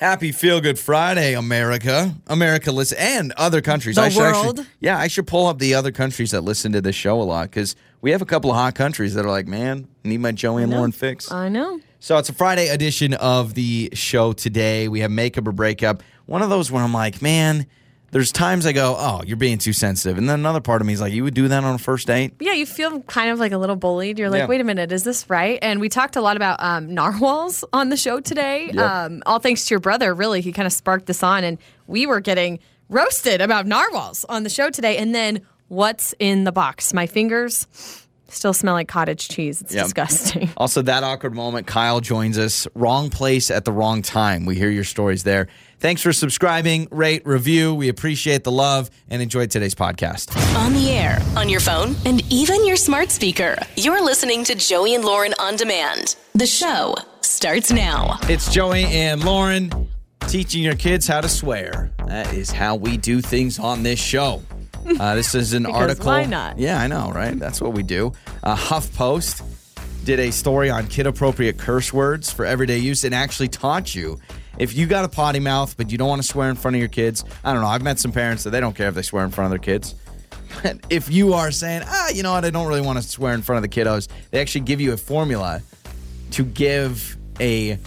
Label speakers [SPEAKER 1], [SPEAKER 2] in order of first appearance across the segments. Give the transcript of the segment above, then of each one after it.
[SPEAKER 1] Happy Feel Good Friday, America. America listen and other countries.
[SPEAKER 2] The
[SPEAKER 1] I should
[SPEAKER 2] world.
[SPEAKER 1] Actually, yeah, I should pull up the other countries that listen to this show a lot because we have a couple of hot countries that are like, man, need my Joanne Lauren fix.
[SPEAKER 2] I Uh, know.
[SPEAKER 1] So it's a Friday edition of the show today. We have makeup or breakup. One of those where I'm like, man, there's times I go, oh, you're being too sensitive. And then another part of me is like, you would do that on a first date?
[SPEAKER 2] Yeah, you feel kind of like a little bullied. You're like,
[SPEAKER 1] Yeah.
[SPEAKER 2] wait a minute, is this right? And we talked a lot about um, narwhals on the show today. Um, all thanks to your brother, really. He kind of sparked this on, and we were getting roasted about narwhals on the show today. And then what's in the box? My fingers still smell like cottage cheese. It's
[SPEAKER 1] Yeah.
[SPEAKER 2] disgusting.
[SPEAKER 1] Also, that awkward moment, Kyle joins us. Wrong place at the wrong time. We hear your stories there. Thanks for subscribing, rate, review. We appreciate the love and enjoy today's podcast.
[SPEAKER 3] On the air, on your phone, and even your smart speaker. You're listening to Joey and Lauren on demand. The show starts now.
[SPEAKER 1] It's Joey and Lauren teaching your kids how to swear. That is how we do things on this show. Uh, this is an
[SPEAKER 2] Because
[SPEAKER 1] article.
[SPEAKER 2] why not?
[SPEAKER 1] Yeah, I know, right? That's what we do. Uh, HuffPost did a story on kid appropriate curse words for everyday use and actually taught you. If you got a potty mouth, but you don't want to swear in front of your kids, I don't know. I've met some parents that they don't care if they swear in front of their kids. And if you are saying, ah, you know what, I don't really want to swear in front of the kiddos, they actually give you a formula to give a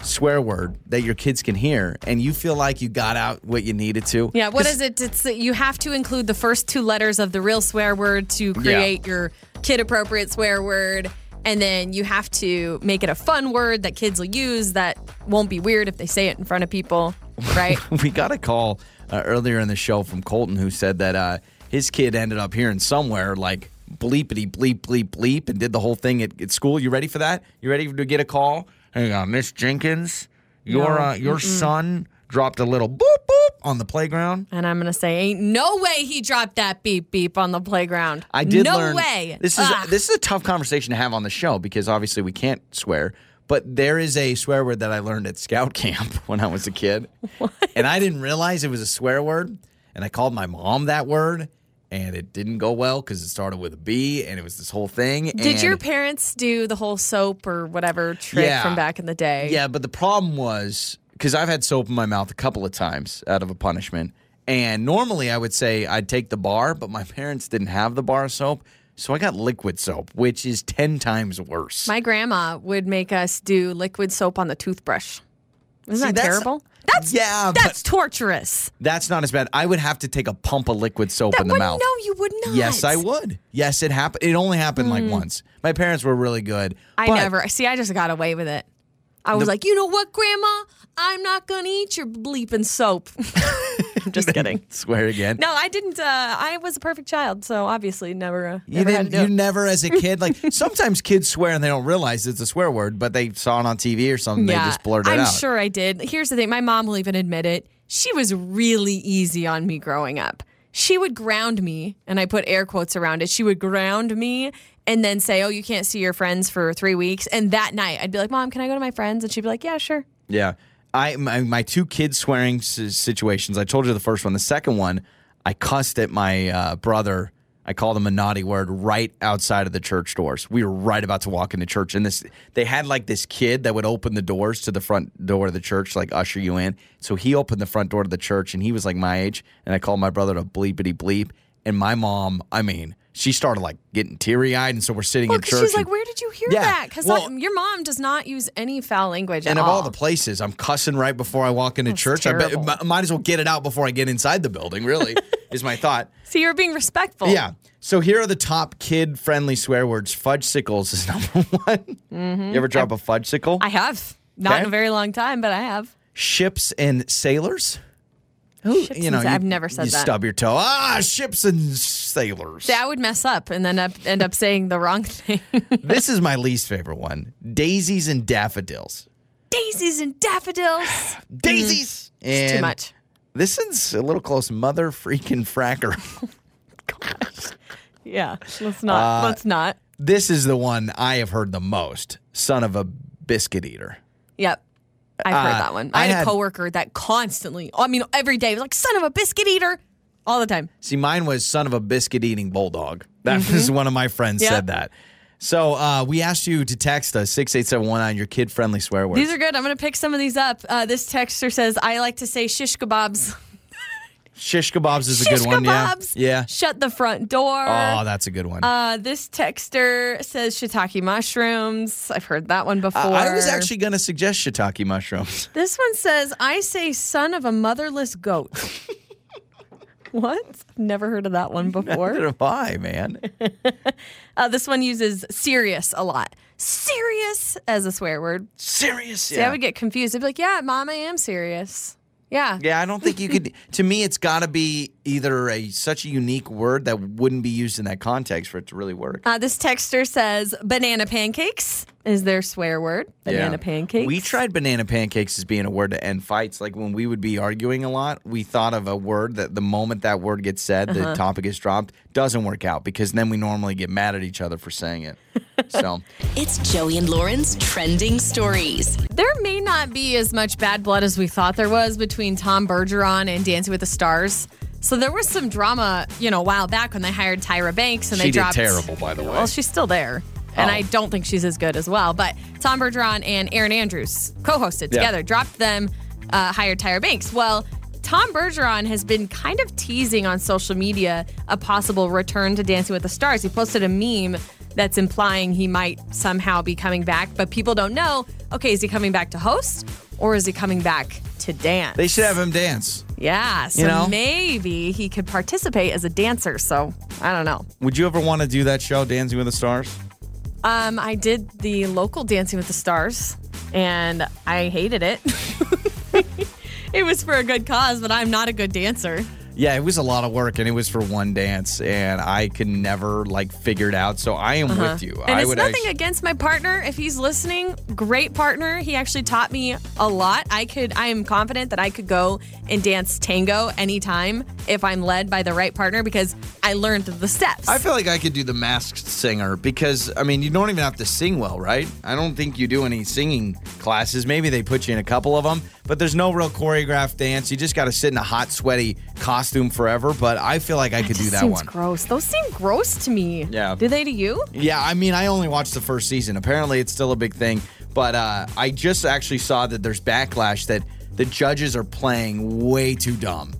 [SPEAKER 1] swear word that your kids can hear, and you feel like you got out what you needed to.
[SPEAKER 2] Yeah, what is it? It's you have to include the first two letters of the real swear word to create your kid appropriate swear word. And then you have to make it a fun word that kids will use that won't be weird if they say it in front of people, right?
[SPEAKER 1] we got a call uh, earlier in the show from Colton who said that uh, his kid ended up hearing somewhere like bleepity bleep bleep bleep and did the whole thing at, at school. You ready for that? You ready to get a call? Hang on, Miss Jenkins, your
[SPEAKER 2] No.
[SPEAKER 1] uh, your son dropped a little boop boop on the playground.
[SPEAKER 2] and I'm gonna say, ain't no way he dropped that beep beep on the playground.
[SPEAKER 1] I did
[SPEAKER 2] no
[SPEAKER 1] learn.
[SPEAKER 2] way.
[SPEAKER 1] This is
[SPEAKER 2] Ugh.
[SPEAKER 1] this is a tough conversation to have on the show because obviously we can't swear. But there is a swear word that I learned at scout camp when I was a kid, and I didn't realize it was a swear word. And I called my mom that word, and it didn't go well because it started with a B, and it was this whole thing.
[SPEAKER 2] did your
[SPEAKER 1] and-
[SPEAKER 2] parents do the whole soap or whatever trick
[SPEAKER 1] Yeah.
[SPEAKER 2] from back in the day?
[SPEAKER 1] Yeah, but the problem was because I've had soap in my mouth a couple of times out of a punishment, and normally I would say I'd take the bar, but my parents didn't have the bar of soap, so I got liquid soap, which is ten times worse.
[SPEAKER 2] My grandma would make us do liquid soap on the toothbrush. Isn't
[SPEAKER 1] See,
[SPEAKER 2] that
[SPEAKER 1] that's-
[SPEAKER 2] terrible? That's
[SPEAKER 1] yeah, but-
[SPEAKER 2] That's torturous.
[SPEAKER 1] That's not as bad. I would have to take a pump of liquid soap
[SPEAKER 2] That
[SPEAKER 1] in the
[SPEAKER 2] would
[SPEAKER 1] mouth.
[SPEAKER 2] no, you would not.
[SPEAKER 1] Yes, I would. Yes, it happened. It only happened like once. My parents were really good.
[SPEAKER 2] Mm. I
[SPEAKER 1] but-
[SPEAKER 2] never. See, I just got away with it. I was like, you know what, Grandma? I'm not gonna eat your bleeping soap. I'm just kidding.
[SPEAKER 1] swear again.
[SPEAKER 2] No, I didn't. Uh, I was a perfect child, so obviously never. Uh,
[SPEAKER 1] You
[SPEAKER 2] never had
[SPEAKER 1] didn't.
[SPEAKER 2] to do
[SPEAKER 1] You
[SPEAKER 2] it.
[SPEAKER 1] never, as a kid, like sometimes kids swear and they don't realize it's a swear word, but they saw it on TV or something. They just blurted
[SPEAKER 2] I'm
[SPEAKER 1] it out.
[SPEAKER 2] sure I did. Here's the thing my mom will even admit it. She was really easy on me growing up. She would ground me, and I put air quotes around it. She would ground me and then say, Oh, you can't see your friends for three weeks. And that night, I'd be like, Mom, can I go to my friends? And she'd be like, Yeah, sure.
[SPEAKER 1] Yeah. I my, my two kids swearing s- situations. I told you the first one. The second one, I cussed at my uh, brother. I called him a naughty word right outside of the church doors. We were right about to walk into church, and this they had like this kid that would open the doors to the front door of the church, like usher you in. So he opened the front door to the church, and he was like my age. And I called my brother to bleepity bleep, and my mom, I mean, she started like getting teary eyed, and so we're sitting
[SPEAKER 2] Well,
[SPEAKER 1] in
[SPEAKER 2] 'cause
[SPEAKER 1] church.
[SPEAKER 2] she's
[SPEAKER 1] and-
[SPEAKER 2] like, Where did you hear
[SPEAKER 1] Yeah,
[SPEAKER 2] that? Because
[SPEAKER 1] well-
[SPEAKER 2] your mom does not use any foul language
[SPEAKER 1] and
[SPEAKER 2] at
[SPEAKER 1] of
[SPEAKER 2] all.
[SPEAKER 1] all the places, I'm cussing right before I walk into church. I
[SPEAKER 2] terrible.
[SPEAKER 1] bet, m- might as well get it out before I get inside the building. Really, is my thought.
[SPEAKER 2] so you're being respectful.
[SPEAKER 1] Yeah. So here are the top kid-friendly swear words. Fudgesicles is number one. You ever drop a fudgesicle?
[SPEAKER 2] Mm-hmm. I have. Not in
[SPEAKER 1] Okay.
[SPEAKER 2] a very long time, but I have.
[SPEAKER 1] ships and sailors. Who
[SPEAKER 2] Ships and sa- I've never said
[SPEAKER 1] you
[SPEAKER 2] that.
[SPEAKER 1] Stub your toe. Ah, ships and sailors.
[SPEAKER 2] I would mess up and then up, end up saying the wrong thing.
[SPEAKER 1] this is my least favorite one. Daisies and daffodils.
[SPEAKER 2] Daisies and daffodils.
[SPEAKER 1] Daisies.
[SPEAKER 2] Mm-hmm. It's too
[SPEAKER 1] And
[SPEAKER 2] much.
[SPEAKER 1] This is a little close. Mother freaking fracker.
[SPEAKER 2] Yeah. Let's not.
[SPEAKER 1] Uh,
[SPEAKER 2] let's not.
[SPEAKER 1] This is the one I have heard the most. Son of a biscuit eater.
[SPEAKER 2] Yep. I've heard
[SPEAKER 1] uh,
[SPEAKER 2] that one.
[SPEAKER 1] I
[SPEAKER 2] I had,
[SPEAKER 1] had-
[SPEAKER 2] a coworker that constantly, I mean, every day was like, son of a biscuit eater, all the time. Mm-hmm.
[SPEAKER 1] See, mine was son of a biscuit eating bulldog. That was one of my friends
[SPEAKER 2] Yeah.
[SPEAKER 1] said that. So uh, we asked you to text us 68719 your kid friendly swear words.
[SPEAKER 2] These are good. I'm going to pick some of these up. Uh, this texter says, I like to say shish kebabs.
[SPEAKER 1] Shish kebabs is a
[SPEAKER 2] shish
[SPEAKER 1] good one. Yeah.
[SPEAKER 2] kebabs.
[SPEAKER 1] Yeah.
[SPEAKER 2] Shut the front door.
[SPEAKER 1] Oh, that's a good one.
[SPEAKER 2] uh, this texter says shiitake mushrooms. I've heard that one before.
[SPEAKER 1] I I was actually going to suggest shiitake mushrooms.
[SPEAKER 2] This one says, I say son of a motherless goat. what? Never heard of that one
[SPEAKER 1] Neither
[SPEAKER 2] before.
[SPEAKER 1] have I, man.
[SPEAKER 2] Uh, this one uses serious a lot. Serious as a swear word.
[SPEAKER 1] Serious.
[SPEAKER 2] See, I would get confused. I'd be like, yeah, mom, I am serious. Yeah.
[SPEAKER 1] Yeah, I don't think you could. to me, it's got to be either a such a unique word that wouldn't be used in that context for it to really work.
[SPEAKER 2] Uh, this texter says banana pancakes is their swear word. Banana
[SPEAKER 1] Yeah.
[SPEAKER 2] pancakes.
[SPEAKER 1] We tried banana pancakes as being a word to end fights. Like when we would be arguing a lot, we thought of a word that the moment that word gets said,
[SPEAKER 2] Uh-huh.
[SPEAKER 1] the topic is dropped, doesn't work out because then we normally get mad at each other for saying it. so,
[SPEAKER 3] It's Joey and Lauren's trending stories.
[SPEAKER 2] There may not be as much bad blood as we thought there was between Tom Bergeron and Dancing with the Stars. So there was some drama, you know, a while back when they hired Tyra Banks and
[SPEAKER 1] she
[SPEAKER 2] they
[SPEAKER 1] did
[SPEAKER 2] dropped
[SPEAKER 1] terrible, by the way.
[SPEAKER 2] Well, she's still there. And
[SPEAKER 1] Oh.
[SPEAKER 2] I don't think she's as good as well. But Tom Bergeron and Aaron Andrews co hosted
[SPEAKER 1] Yeah.
[SPEAKER 2] together, dropped them, uh, hired Tyra Banks. Well, Tom Bergeron has been kind of teasing on social media a possible return to Dancing with the Stars. He posted a meme that's implying he might somehow be coming back, but people don't know okay, is he coming back to host or is he coming back to dance?
[SPEAKER 1] they should have him dance.
[SPEAKER 2] Yeah, so
[SPEAKER 1] You know?
[SPEAKER 2] maybe he could participate as a dancer. So I don't know.
[SPEAKER 1] Would you ever want to do that show, Dancing with the Stars?
[SPEAKER 2] Um, I did the local Dancing with the Stars, and I hated it. it was for a good cause, but I'm not a good dancer.
[SPEAKER 1] Yeah, it was a lot of work, and it was for one dance, and I could never like figure it out. So I am with you.
[SPEAKER 2] Uh-huh. And
[SPEAKER 1] I
[SPEAKER 2] it's
[SPEAKER 1] would
[SPEAKER 2] nothing
[SPEAKER 1] actu-
[SPEAKER 2] against my partner. If he's listening, great partner. He actually taught me a lot. I could, I am confident that I could go and dance tango anytime if I'm led by the right partner because I learned the steps.
[SPEAKER 1] I feel like I could do the masked singer because I mean you don't even have to sing well, right? I don't think you do any singing classes. Maybe they put you in a couple of them, but there's no real choreographed dance. You just got to sit in a hot, sweaty costume forever. But I feel like I could do
[SPEAKER 2] Just
[SPEAKER 1] that
[SPEAKER 2] seems
[SPEAKER 1] one.
[SPEAKER 2] gross. Those seem gross to me.
[SPEAKER 1] Yeah.
[SPEAKER 2] Do they to you?
[SPEAKER 1] Yeah, I mean, I only watched the first season. Apparently, it's still a big thing. But uh, I just actually saw that there's backlash that the judges are playing way too dumb,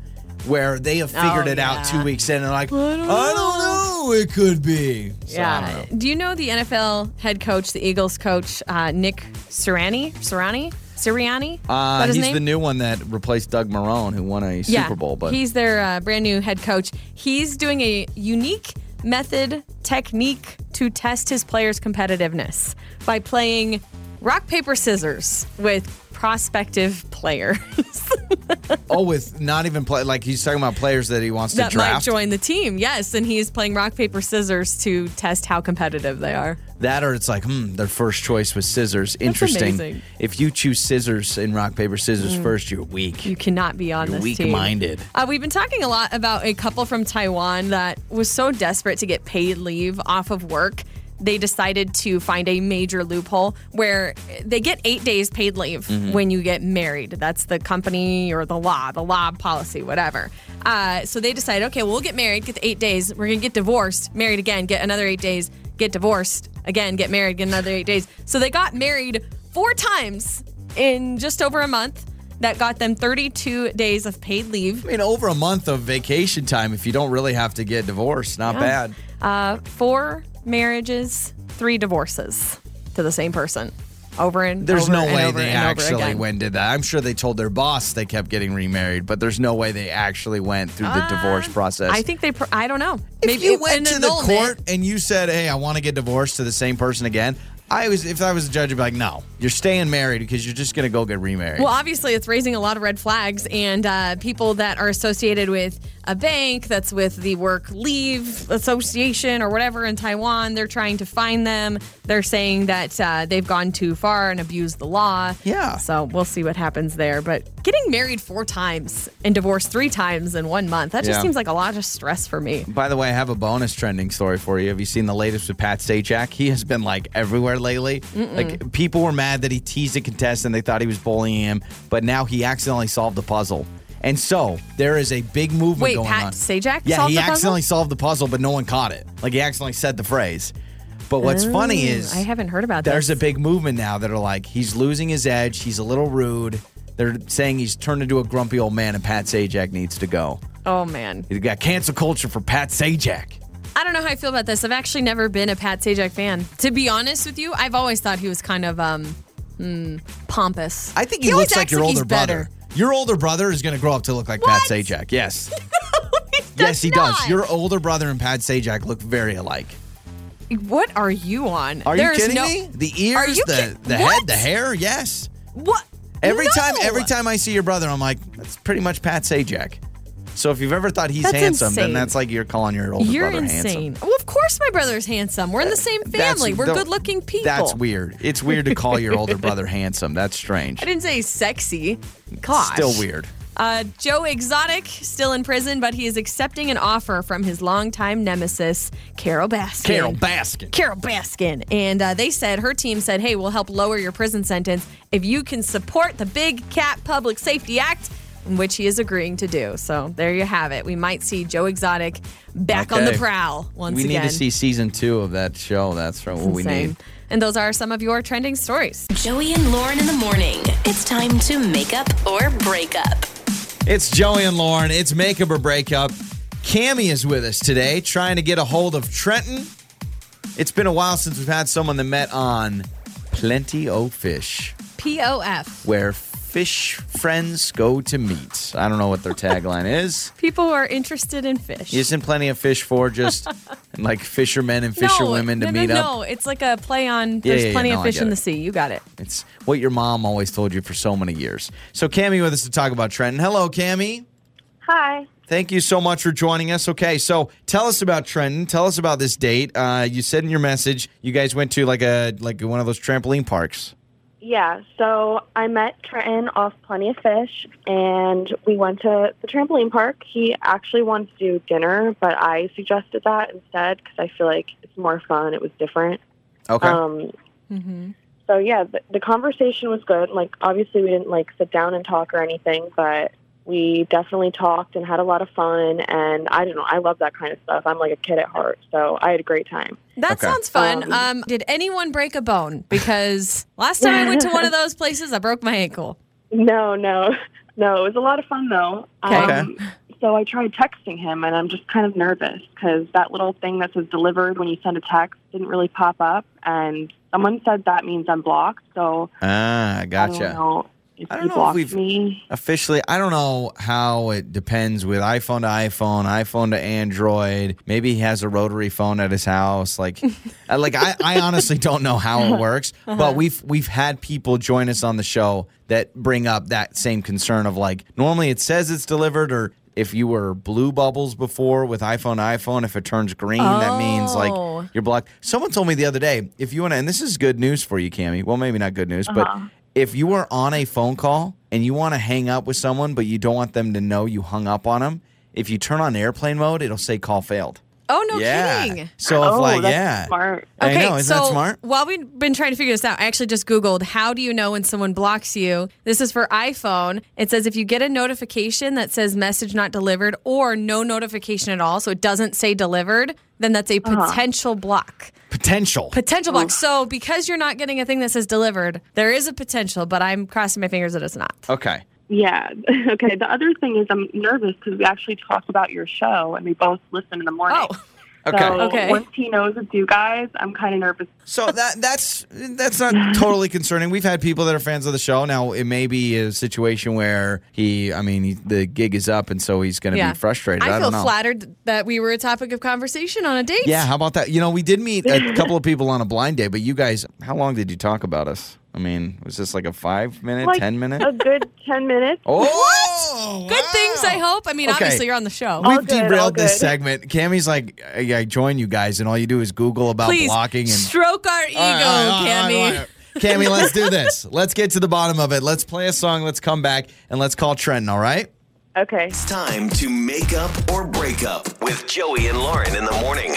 [SPEAKER 1] where they have figured
[SPEAKER 2] Oh,
[SPEAKER 1] it out
[SPEAKER 2] yeah.
[SPEAKER 1] two weeks in and like, I
[SPEAKER 2] don't
[SPEAKER 1] don't, know. It could be. So, I
[SPEAKER 2] Yeah.
[SPEAKER 1] don't know.
[SPEAKER 2] Do you know the NFL head coach, the Eagles coach, uh, Nick Sirianni? Sirianni? Sirianni?
[SPEAKER 1] Uh,
[SPEAKER 2] Is that his
[SPEAKER 1] he's
[SPEAKER 2] name?
[SPEAKER 1] the new one that replaced Doug Marone, who won a
[SPEAKER 2] yeah.
[SPEAKER 1] Super Bowl. But
[SPEAKER 2] he's their uh, brand new head coach. He's doing a unique method technique to test his players' competitiveness by playing rock paper scissors with prospective players
[SPEAKER 1] oh, with not even play like he's talking about players that he wants
[SPEAKER 2] that
[SPEAKER 1] to
[SPEAKER 2] might
[SPEAKER 1] draft.
[SPEAKER 2] join the team. Yes, and he is playing rock paper scissors to test how competitive they are.
[SPEAKER 1] That or it's like, hmm, their first choice was scissors. Interesting.
[SPEAKER 2] amazing. Hmm.
[SPEAKER 1] If you choose scissors in rock paper scissors first, you're weak.
[SPEAKER 2] You cannot be on
[SPEAKER 1] You're
[SPEAKER 2] this
[SPEAKER 1] weak
[SPEAKER 2] team.
[SPEAKER 1] minded.
[SPEAKER 2] Uh, we've been talking a lot about a couple from Taiwan that was so desperate to get paid leave off of work. They decided to find a major loophole where they get eight days paid leave when you get married. That's the company or the law, the law policy, whatever. Uh, so they decide, okay, we'll get married, get the eight days. We're going to get divorced, married again, get another eight days, get divorced again, get married, get another eight days. So they got married four times in just over a month. That got them 32 days of paid leave.
[SPEAKER 1] I mean, over a month of vacation time if you don't really have to get divorced. Not bad.
[SPEAKER 2] Uh, four marriages, three divorces to the same person. Over and
[SPEAKER 1] There's
[SPEAKER 2] over
[SPEAKER 1] no
[SPEAKER 2] and
[SPEAKER 1] way
[SPEAKER 2] over
[SPEAKER 1] they
[SPEAKER 2] and over
[SPEAKER 1] actually
[SPEAKER 2] again.
[SPEAKER 1] went did that. I'm sure they told their boss they kept getting remarried, but there's no way they actually went through the divorce process.
[SPEAKER 2] Uh, I think they. Pr- I don't know.
[SPEAKER 1] if you went
[SPEAKER 2] an
[SPEAKER 1] to the
[SPEAKER 2] annulment.
[SPEAKER 1] court and you said, "Hey, I want to get divorced to the same person again," I was if I was a judge, I'd be like, "No, you're staying married because you're just gonna go get remarried."
[SPEAKER 2] Well, obviously, it's raising a lot of red flags, and uh, people that are associated with a bank that's with the Work Leave Association or whatever in Taiwan, they're trying to find them. They're saying that uh, they've gone too far and abused the law.
[SPEAKER 1] Yeah.
[SPEAKER 2] So we'll see what happens there. But getting married four times and divorced three times in one month, that just
[SPEAKER 1] Yeah.
[SPEAKER 2] seems like a lot of stress for me.
[SPEAKER 1] By the way, I have a bonus trending story for you. Have you seen the latest with Pat Sajak? He has been like everywhere lately. Like people were mad that he teased a contestant. They thought he was bullying him, but now he accidentally solved the puzzle. And so there is a big movement
[SPEAKER 2] Wait,
[SPEAKER 1] going
[SPEAKER 2] Pat
[SPEAKER 1] on.
[SPEAKER 2] Sajak
[SPEAKER 1] Yeah,
[SPEAKER 2] solved
[SPEAKER 1] he
[SPEAKER 2] the puzzle?
[SPEAKER 1] accidentally solved the puzzle, but no one caught it. Like he accidentally said the phrase. But what's funny
[SPEAKER 2] Ooh,
[SPEAKER 1] is
[SPEAKER 2] Oh, Mm, I haven't heard about
[SPEAKER 1] there's
[SPEAKER 2] this.
[SPEAKER 1] a big movement now that are like he's losing his edge. He's a little rude. They're saying he's turned into a grumpy old man, and Pat Sajak needs to go.
[SPEAKER 2] oh man,
[SPEAKER 1] He's got cancel culture for Pat Sajak.
[SPEAKER 2] I don't know how I feel about this. I've actually never been a Pat Sajak fan. To be honest with you, I've always thought he was kind of um, mm, pompous.
[SPEAKER 1] I think
[SPEAKER 2] He
[SPEAKER 1] he,
[SPEAKER 2] always
[SPEAKER 1] looks like
[SPEAKER 2] acts
[SPEAKER 1] your
[SPEAKER 2] like he's
[SPEAKER 1] older brother. Your older brother is going to grow up to look like Pat
[SPEAKER 2] What?
[SPEAKER 1] Sajak. Yes,
[SPEAKER 2] He
[SPEAKER 1] yes, he
[SPEAKER 2] not.
[SPEAKER 1] does. Your older brother and Pat Sajak look very alike.
[SPEAKER 2] What are you on?
[SPEAKER 1] Are
[SPEAKER 2] There
[SPEAKER 1] you
[SPEAKER 2] is
[SPEAKER 1] kidding
[SPEAKER 2] no-
[SPEAKER 1] me? The
[SPEAKER 2] Are
[SPEAKER 1] ears,
[SPEAKER 2] you
[SPEAKER 1] the,
[SPEAKER 2] kid-
[SPEAKER 1] the
[SPEAKER 2] What?
[SPEAKER 1] head, the hair. Yes.
[SPEAKER 2] What?
[SPEAKER 1] Every
[SPEAKER 2] No.
[SPEAKER 1] time, every time I see your brother, I'm like, that's pretty much Pat Sajak. So if you've ever thought he's
[SPEAKER 2] That's
[SPEAKER 1] handsome,
[SPEAKER 2] insane.
[SPEAKER 1] then that's like you're calling your older
[SPEAKER 2] You're
[SPEAKER 1] brother
[SPEAKER 2] insane.
[SPEAKER 1] handsome.
[SPEAKER 2] Well, of course my brother's handsome. We're in the same
[SPEAKER 1] That's-
[SPEAKER 2] family. We're
[SPEAKER 1] don't-
[SPEAKER 2] good-looking people.
[SPEAKER 1] That's weird. It's weird to call your older brother handsome. That's strange.
[SPEAKER 2] I didn't say sexy. Gosh.
[SPEAKER 1] Still weird.
[SPEAKER 2] Uh, Joe Exotic still in prison, but he is accepting an offer from his longtime nemesis, Carol Baskin.
[SPEAKER 1] Carol Baskin.
[SPEAKER 2] Carol Baskin. And uh, they said, her team said, hey, we'll help lower your prison sentence if you can support the Big Cat Public Safety Act, in which he is agreeing to do. So there you have it. We might see Joe Exotic back on the
[SPEAKER 1] Okay.
[SPEAKER 2] prowl once
[SPEAKER 1] we
[SPEAKER 2] again.
[SPEAKER 1] need to see season two of that show. That's what we
[SPEAKER 2] Insane.
[SPEAKER 1] need.
[SPEAKER 2] And those are some of your trending stories.
[SPEAKER 3] Joey and Lauren in the morning. It's time to make up or break up.
[SPEAKER 1] It's Joey and Lauren. It's makeup or breakup. Cammy is with us today, trying to get a hold of Trenton. It's been a while since we've had someone that met on Plenty O Fish.
[SPEAKER 2] POF.
[SPEAKER 1] where fish friends go to meet. I don't know what their tagline is.
[SPEAKER 2] People who are interested in fish.
[SPEAKER 1] Isn't plenty of fish for just like fishermen and fisherwomen
[SPEAKER 2] no,
[SPEAKER 1] to
[SPEAKER 2] no,
[SPEAKER 1] meet
[SPEAKER 2] no,
[SPEAKER 1] up?
[SPEAKER 2] No, it's like a play on there's
[SPEAKER 1] yeah, yeah,
[SPEAKER 2] plenty
[SPEAKER 1] no,
[SPEAKER 2] of
[SPEAKER 1] I
[SPEAKER 2] fish
[SPEAKER 1] get
[SPEAKER 2] in
[SPEAKER 1] it.
[SPEAKER 2] the sea. You got it.
[SPEAKER 1] It's what your mom always told you for so many years. So Cammy with us to talk about Trenton. Hello, Cammy.
[SPEAKER 4] Hi.
[SPEAKER 1] Thank you so much for joining us. Okay, so tell us about Trenton. Tell us about this date. Uh, you said in your message you guys went to like a like one of those trampoline parks.
[SPEAKER 4] Yeah, so I met Trenton off Plenty of Fish, and we went to the trampoline park. He actually wanted to do dinner, but I suggested that instead because I feel like it's more fun. It was different.
[SPEAKER 1] Okay.
[SPEAKER 4] Um,
[SPEAKER 2] Mm-hmm.
[SPEAKER 4] so yeah, the, the conversation was good. Like obviously, we didn't like sit down and talk or anything, but we definitely talked and had a lot of fun. And I don't know, I love that kind of stuff. I'm like a kid at heart, so I had a great time.
[SPEAKER 2] That
[SPEAKER 1] Okay.
[SPEAKER 2] sounds fun. Um,
[SPEAKER 4] Um,
[SPEAKER 2] did anyone break a bone? Because last time I went to one of those places, I broke my ankle.
[SPEAKER 4] No, no, no. It was a lot of fun though.
[SPEAKER 2] Okay.
[SPEAKER 4] Um, so I tried texting him, and I'm just kind of nervous because that little thing that says delivered when you send a text didn't really pop up, and someone said that means I'm blocked. So
[SPEAKER 1] ah,
[SPEAKER 4] I
[SPEAKER 1] gotcha.
[SPEAKER 4] don't know if
[SPEAKER 1] I don't
[SPEAKER 4] he
[SPEAKER 1] know if
[SPEAKER 4] blocked
[SPEAKER 1] we've-
[SPEAKER 4] me.
[SPEAKER 1] officially i don't know how it depends with iphone to iphone iphone to android maybe he has a rotary phone at his house like uh, like I, I honestly don't know how it works but we've we've had people join us on the show that bring up that same concern of like normally it says it's delivered or if you were blue bubbles before with iPhone to iPhone, if it turns green, that means
[SPEAKER 2] Oh.
[SPEAKER 1] like you're blocked. Someone told me the other day, if you want to, and this is good news for you, Cami. Well, maybe not good news,
[SPEAKER 2] Uh-huh.
[SPEAKER 1] but if you are on a phone call and you want to hang up with someone, but you don't want them to know you hung up on them, if you turn on airplane mode, it'll say call failed.
[SPEAKER 2] Oh no,
[SPEAKER 1] yeah.
[SPEAKER 2] kidding.
[SPEAKER 1] So if
[SPEAKER 4] oh,
[SPEAKER 1] like
[SPEAKER 4] that's
[SPEAKER 1] yeah,
[SPEAKER 4] smart.
[SPEAKER 1] I
[SPEAKER 2] Okay,
[SPEAKER 1] know. Isn't
[SPEAKER 2] so
[SPEAKER 1] that smart?
[SPEAKER 2] while we've been trying to figure this out, I actually just Googled how do you know when someone blocks you? This is for iPhone. It says if you get a notification that says message not delivered or no notification at all, so it doesn't say delivered, then that's a potential block.
[SPEAKER 1] Potential.
[SPEAKER 2] Potential block. So because you're not getting a thing that says delivered, there is a potential, but I'm crossing my fingers that it's not.
[SPEAKER 1] okay.
[SPEAKER 4] Yeah. okay. The other thing is I'm nervous because we actually talked about your show, and we both listen in the morning.
[SPEAKER 2] Oh.
[SPEAKER 1] Okay.
[SPEAKER 4] So
[SPEAKER 2] Okay.
[SPEAKER 4] once he knows it's you guys, I'm kind of nervous
[SPEAKER 1] So that that's that's not totally concerning. We've had people that are fans of the show. Now it may be a situation where he, I mean, he, the gig is up, and so he's going to
[SPEAKER 2] Yeah.
[SPEAKER 1] be frustrated. I,
[SPEAKER 2] I feel
[SPEAKER 1] don't know.
[SPEAKER 2] flattered that we were a topic of conversation on a date.
[SPEAKER 1] Yeah, how about that? You know, we did meet a couple of people on a blind date, but you guys, how long did you talk about us? I mean, was this like a five minute,
[SPEAKER 4] Like
[SPEAKER 1] ten minute?
[SPEAKER 4] a good ten minutes.
[SPEAKER 1] oh,
[SPEAKER 2] Good
[SPEAKER 1] wow.
[SPEAKER 2] things, I hope. I mean,
[SPEAKER 1] Okay.
[SPEAKER 2] obviously, you're on the show.
[SPEAKER 4] All
[SPEAKER 1] We've
[SPEAKER 4] good, all
[SPEAKER 1] derailed this
[SPEAKER 4] good.
[SPEAKER 1] segment. Cammy's like, I, I join you guys, and all you do is Google about
[SPEAKER 2] Please
[SPEAKER 1] blocking and
[SPEAKER 2] stroke our ego,
[SPEAKER 1] All right, all right, all right,
[SPEAKER 2] Cammy.
[SPEAKER 1] all right. Cammy, let's do this. Let's get to the bottom of it. Let's play a song. Let's come back and let's call Trenton. All right.
[SPEAKER 4] Okay.
[SPEAKER 5] It's time to make up or break up with Joey and Lauren in the morning.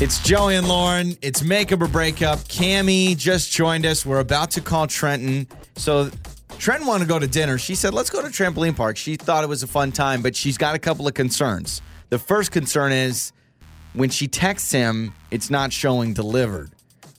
[SPEAKER 1] It's Joey and Lauren. It's makeup or breakup. Cammy just joined us. We're about to call Trenton. So Trenton wanted to go to dinner. She said, let's go to trampoline park. She thought it was a fun time, but she's got a couple of concerns. The first concern is When she texts him, it's not showing delivered,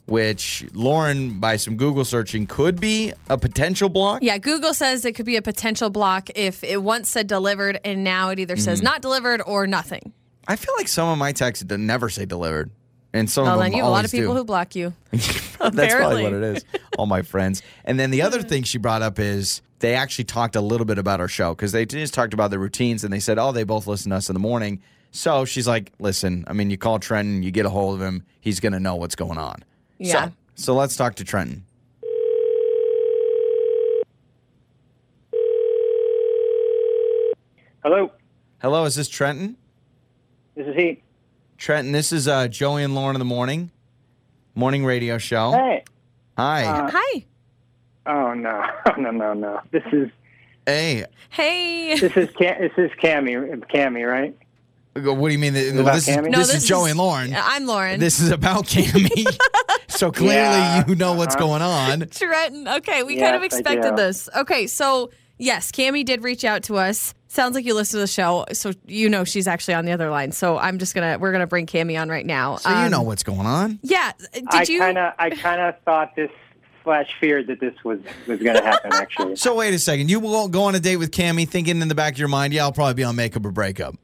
[SPEAKER 1] which Lauren, by some Google searching, could be a potential block.
[SPEAKER 2] Yeah, Google says it could be a potential block if it once said delivered and now it either
[SPEAKER 1] Mm-hmm.
[SPEAKER 2] says not delivered or nothing.
[SPEAKER 1] I feel like some of my texts d- never say delivered, and some
[SPEAKER 2] Well,
[SPEAKER 1] of
[SPEAKER 2] then
[SPEAKER 1] them
[SPEAKER 2] you have a lot
[SPEAKER 1] always
[SPEAKER 2] of people
[SPEAKER 1] do.
[SPEAKER 2] who block you.
[SPEAKER 1] That's probably
[SPEAKER 2] Apparently.
[SPEAKER 1] what it is. All my friends. And then the other thing she brought up is they actually talked a little bit about our show because they just talked about their routines and they said, oh, they both listen to us in the morning. So she's like, listen, I mean, you call Trenton, you get a hold of him, he's going to know what's going on.
[SPEAKER 2] Yeah.
[SPEAKER 1] So, so let's talk to Trenton.
[SPEAKER 6] Hello,
[SPEAKER 1] Hello, is this Trenton?
[SPEAKER 6] this is he.
[SPEAKER 1] Trenton, this is uh, Joey and Lauren in the morning, morning radio show.
[SPEAKER 6] Hey.
[SPEAKER 1] Hi.
[SPEAKER 2] Hi.
[SPEAKER 6] Oh no, no, no, no. This is
[SPEAKER 1] hey,
[SPEAKER 2] Hey.
[SPEAKER 6] this is Cam, this is Cammy, Cammy, right?
[SPEAKER 1] what do you mean? That,
[SPEAKER 6] about
[SPEAKER 1] this, is,
[SPEAKER 6] Cammy?
[SPEAKER 2] No,
[SPEAKER 1] this,
[SPEAKER 2] this
[SPEAKER 1] is Joey
[SPEAKER 2] is-
[SPEAKER 1] and Lauren.
[SPEAKER 2] I'm Lauren.
[SPEAKER 1] This is about Cammy. so clearly
[SPEAKER 6] Yeah.
[SPEAKER 1] you know what's
[SPEAKER 6] Uh-huh.
[SPEAKER 1] going on.
[SPEAKER 2] Trenton. Okay, we
[SPEAKER 6] Yes,
[SPEAKER 2] kind of
[SPEAKER 6] I
[SPEAKER 2] expected
[SPEAKER 6] do.
[SPEAKER 2] this. Okay, so yes, Cammy did reach out to us. Sounds like you listened to the show, so you know she's actually on the other line. So I'm just gonna we're gonna bring Cammy on right now.
[SPEAKER 1] So you
[SPEAKER 2] Um,
[SPEAKER 1] know what's going on.
[SPEAKER 2] Yeah. Did
[SPEAKER 6] I
[SPEAKER 2] you?
[SPEAKER 6] kind of I kind of thought this slash feared that this was was going to happen actually.
[SPEAKER 1] So wait a second. You won't go on a date with Cammy thinking in the back of your mind, yeah, I'll probably be on makeup or breakup.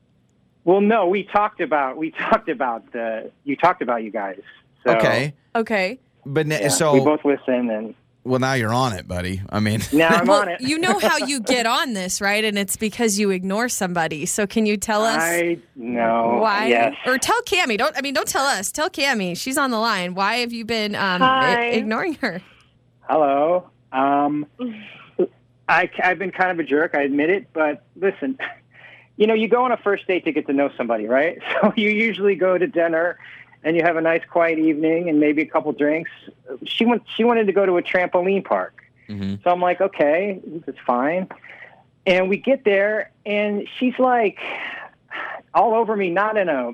[SPEAKER 6] well, no, we talked about we talked about the you talked about you guys. So,
[SPEAKER 1] Okay.
[SPEAKER 2] okay.
[SPEAKER 1] But n-
[SPEAKER 6] yeah,
[SPEAKER 1] so,
[SPEAKER 6] we both listened, and
[SPEAKER 1] well, now you're on it, buddy. I mean,
[SPEAKER 6] now I'm
[SPEAKER 2] well,
[SPEAKER 6] on it.
[SPEAKER 2] you know how you get on this, right? And it's because you ignore somebody. So can you tell us
[SPEAKER 6] I know.
[SPEAKER 2] why?
[SPEAKER 6] Yes.
[SPEAKER 2] Or tell Cammy. Don't. I mean, don't tell us. Tell Cammy. She's on the line. Why have you been um,
[SPEAKER 4] Hi.
[SPEAKER 2] i- ignoring her?
[SPEAKER 6] Hello. Um, I, have been kind of a jerk, I admit it, but listen, you know, you go on a first date to get to know somebody, right? So you usually go to dinner and you have a nice quiet evening and maybe a couple drinks. She, went, she wanted to go to a trampoline park. So I'm like, okay, that's fine. And we get there, and she's like all over me, not in a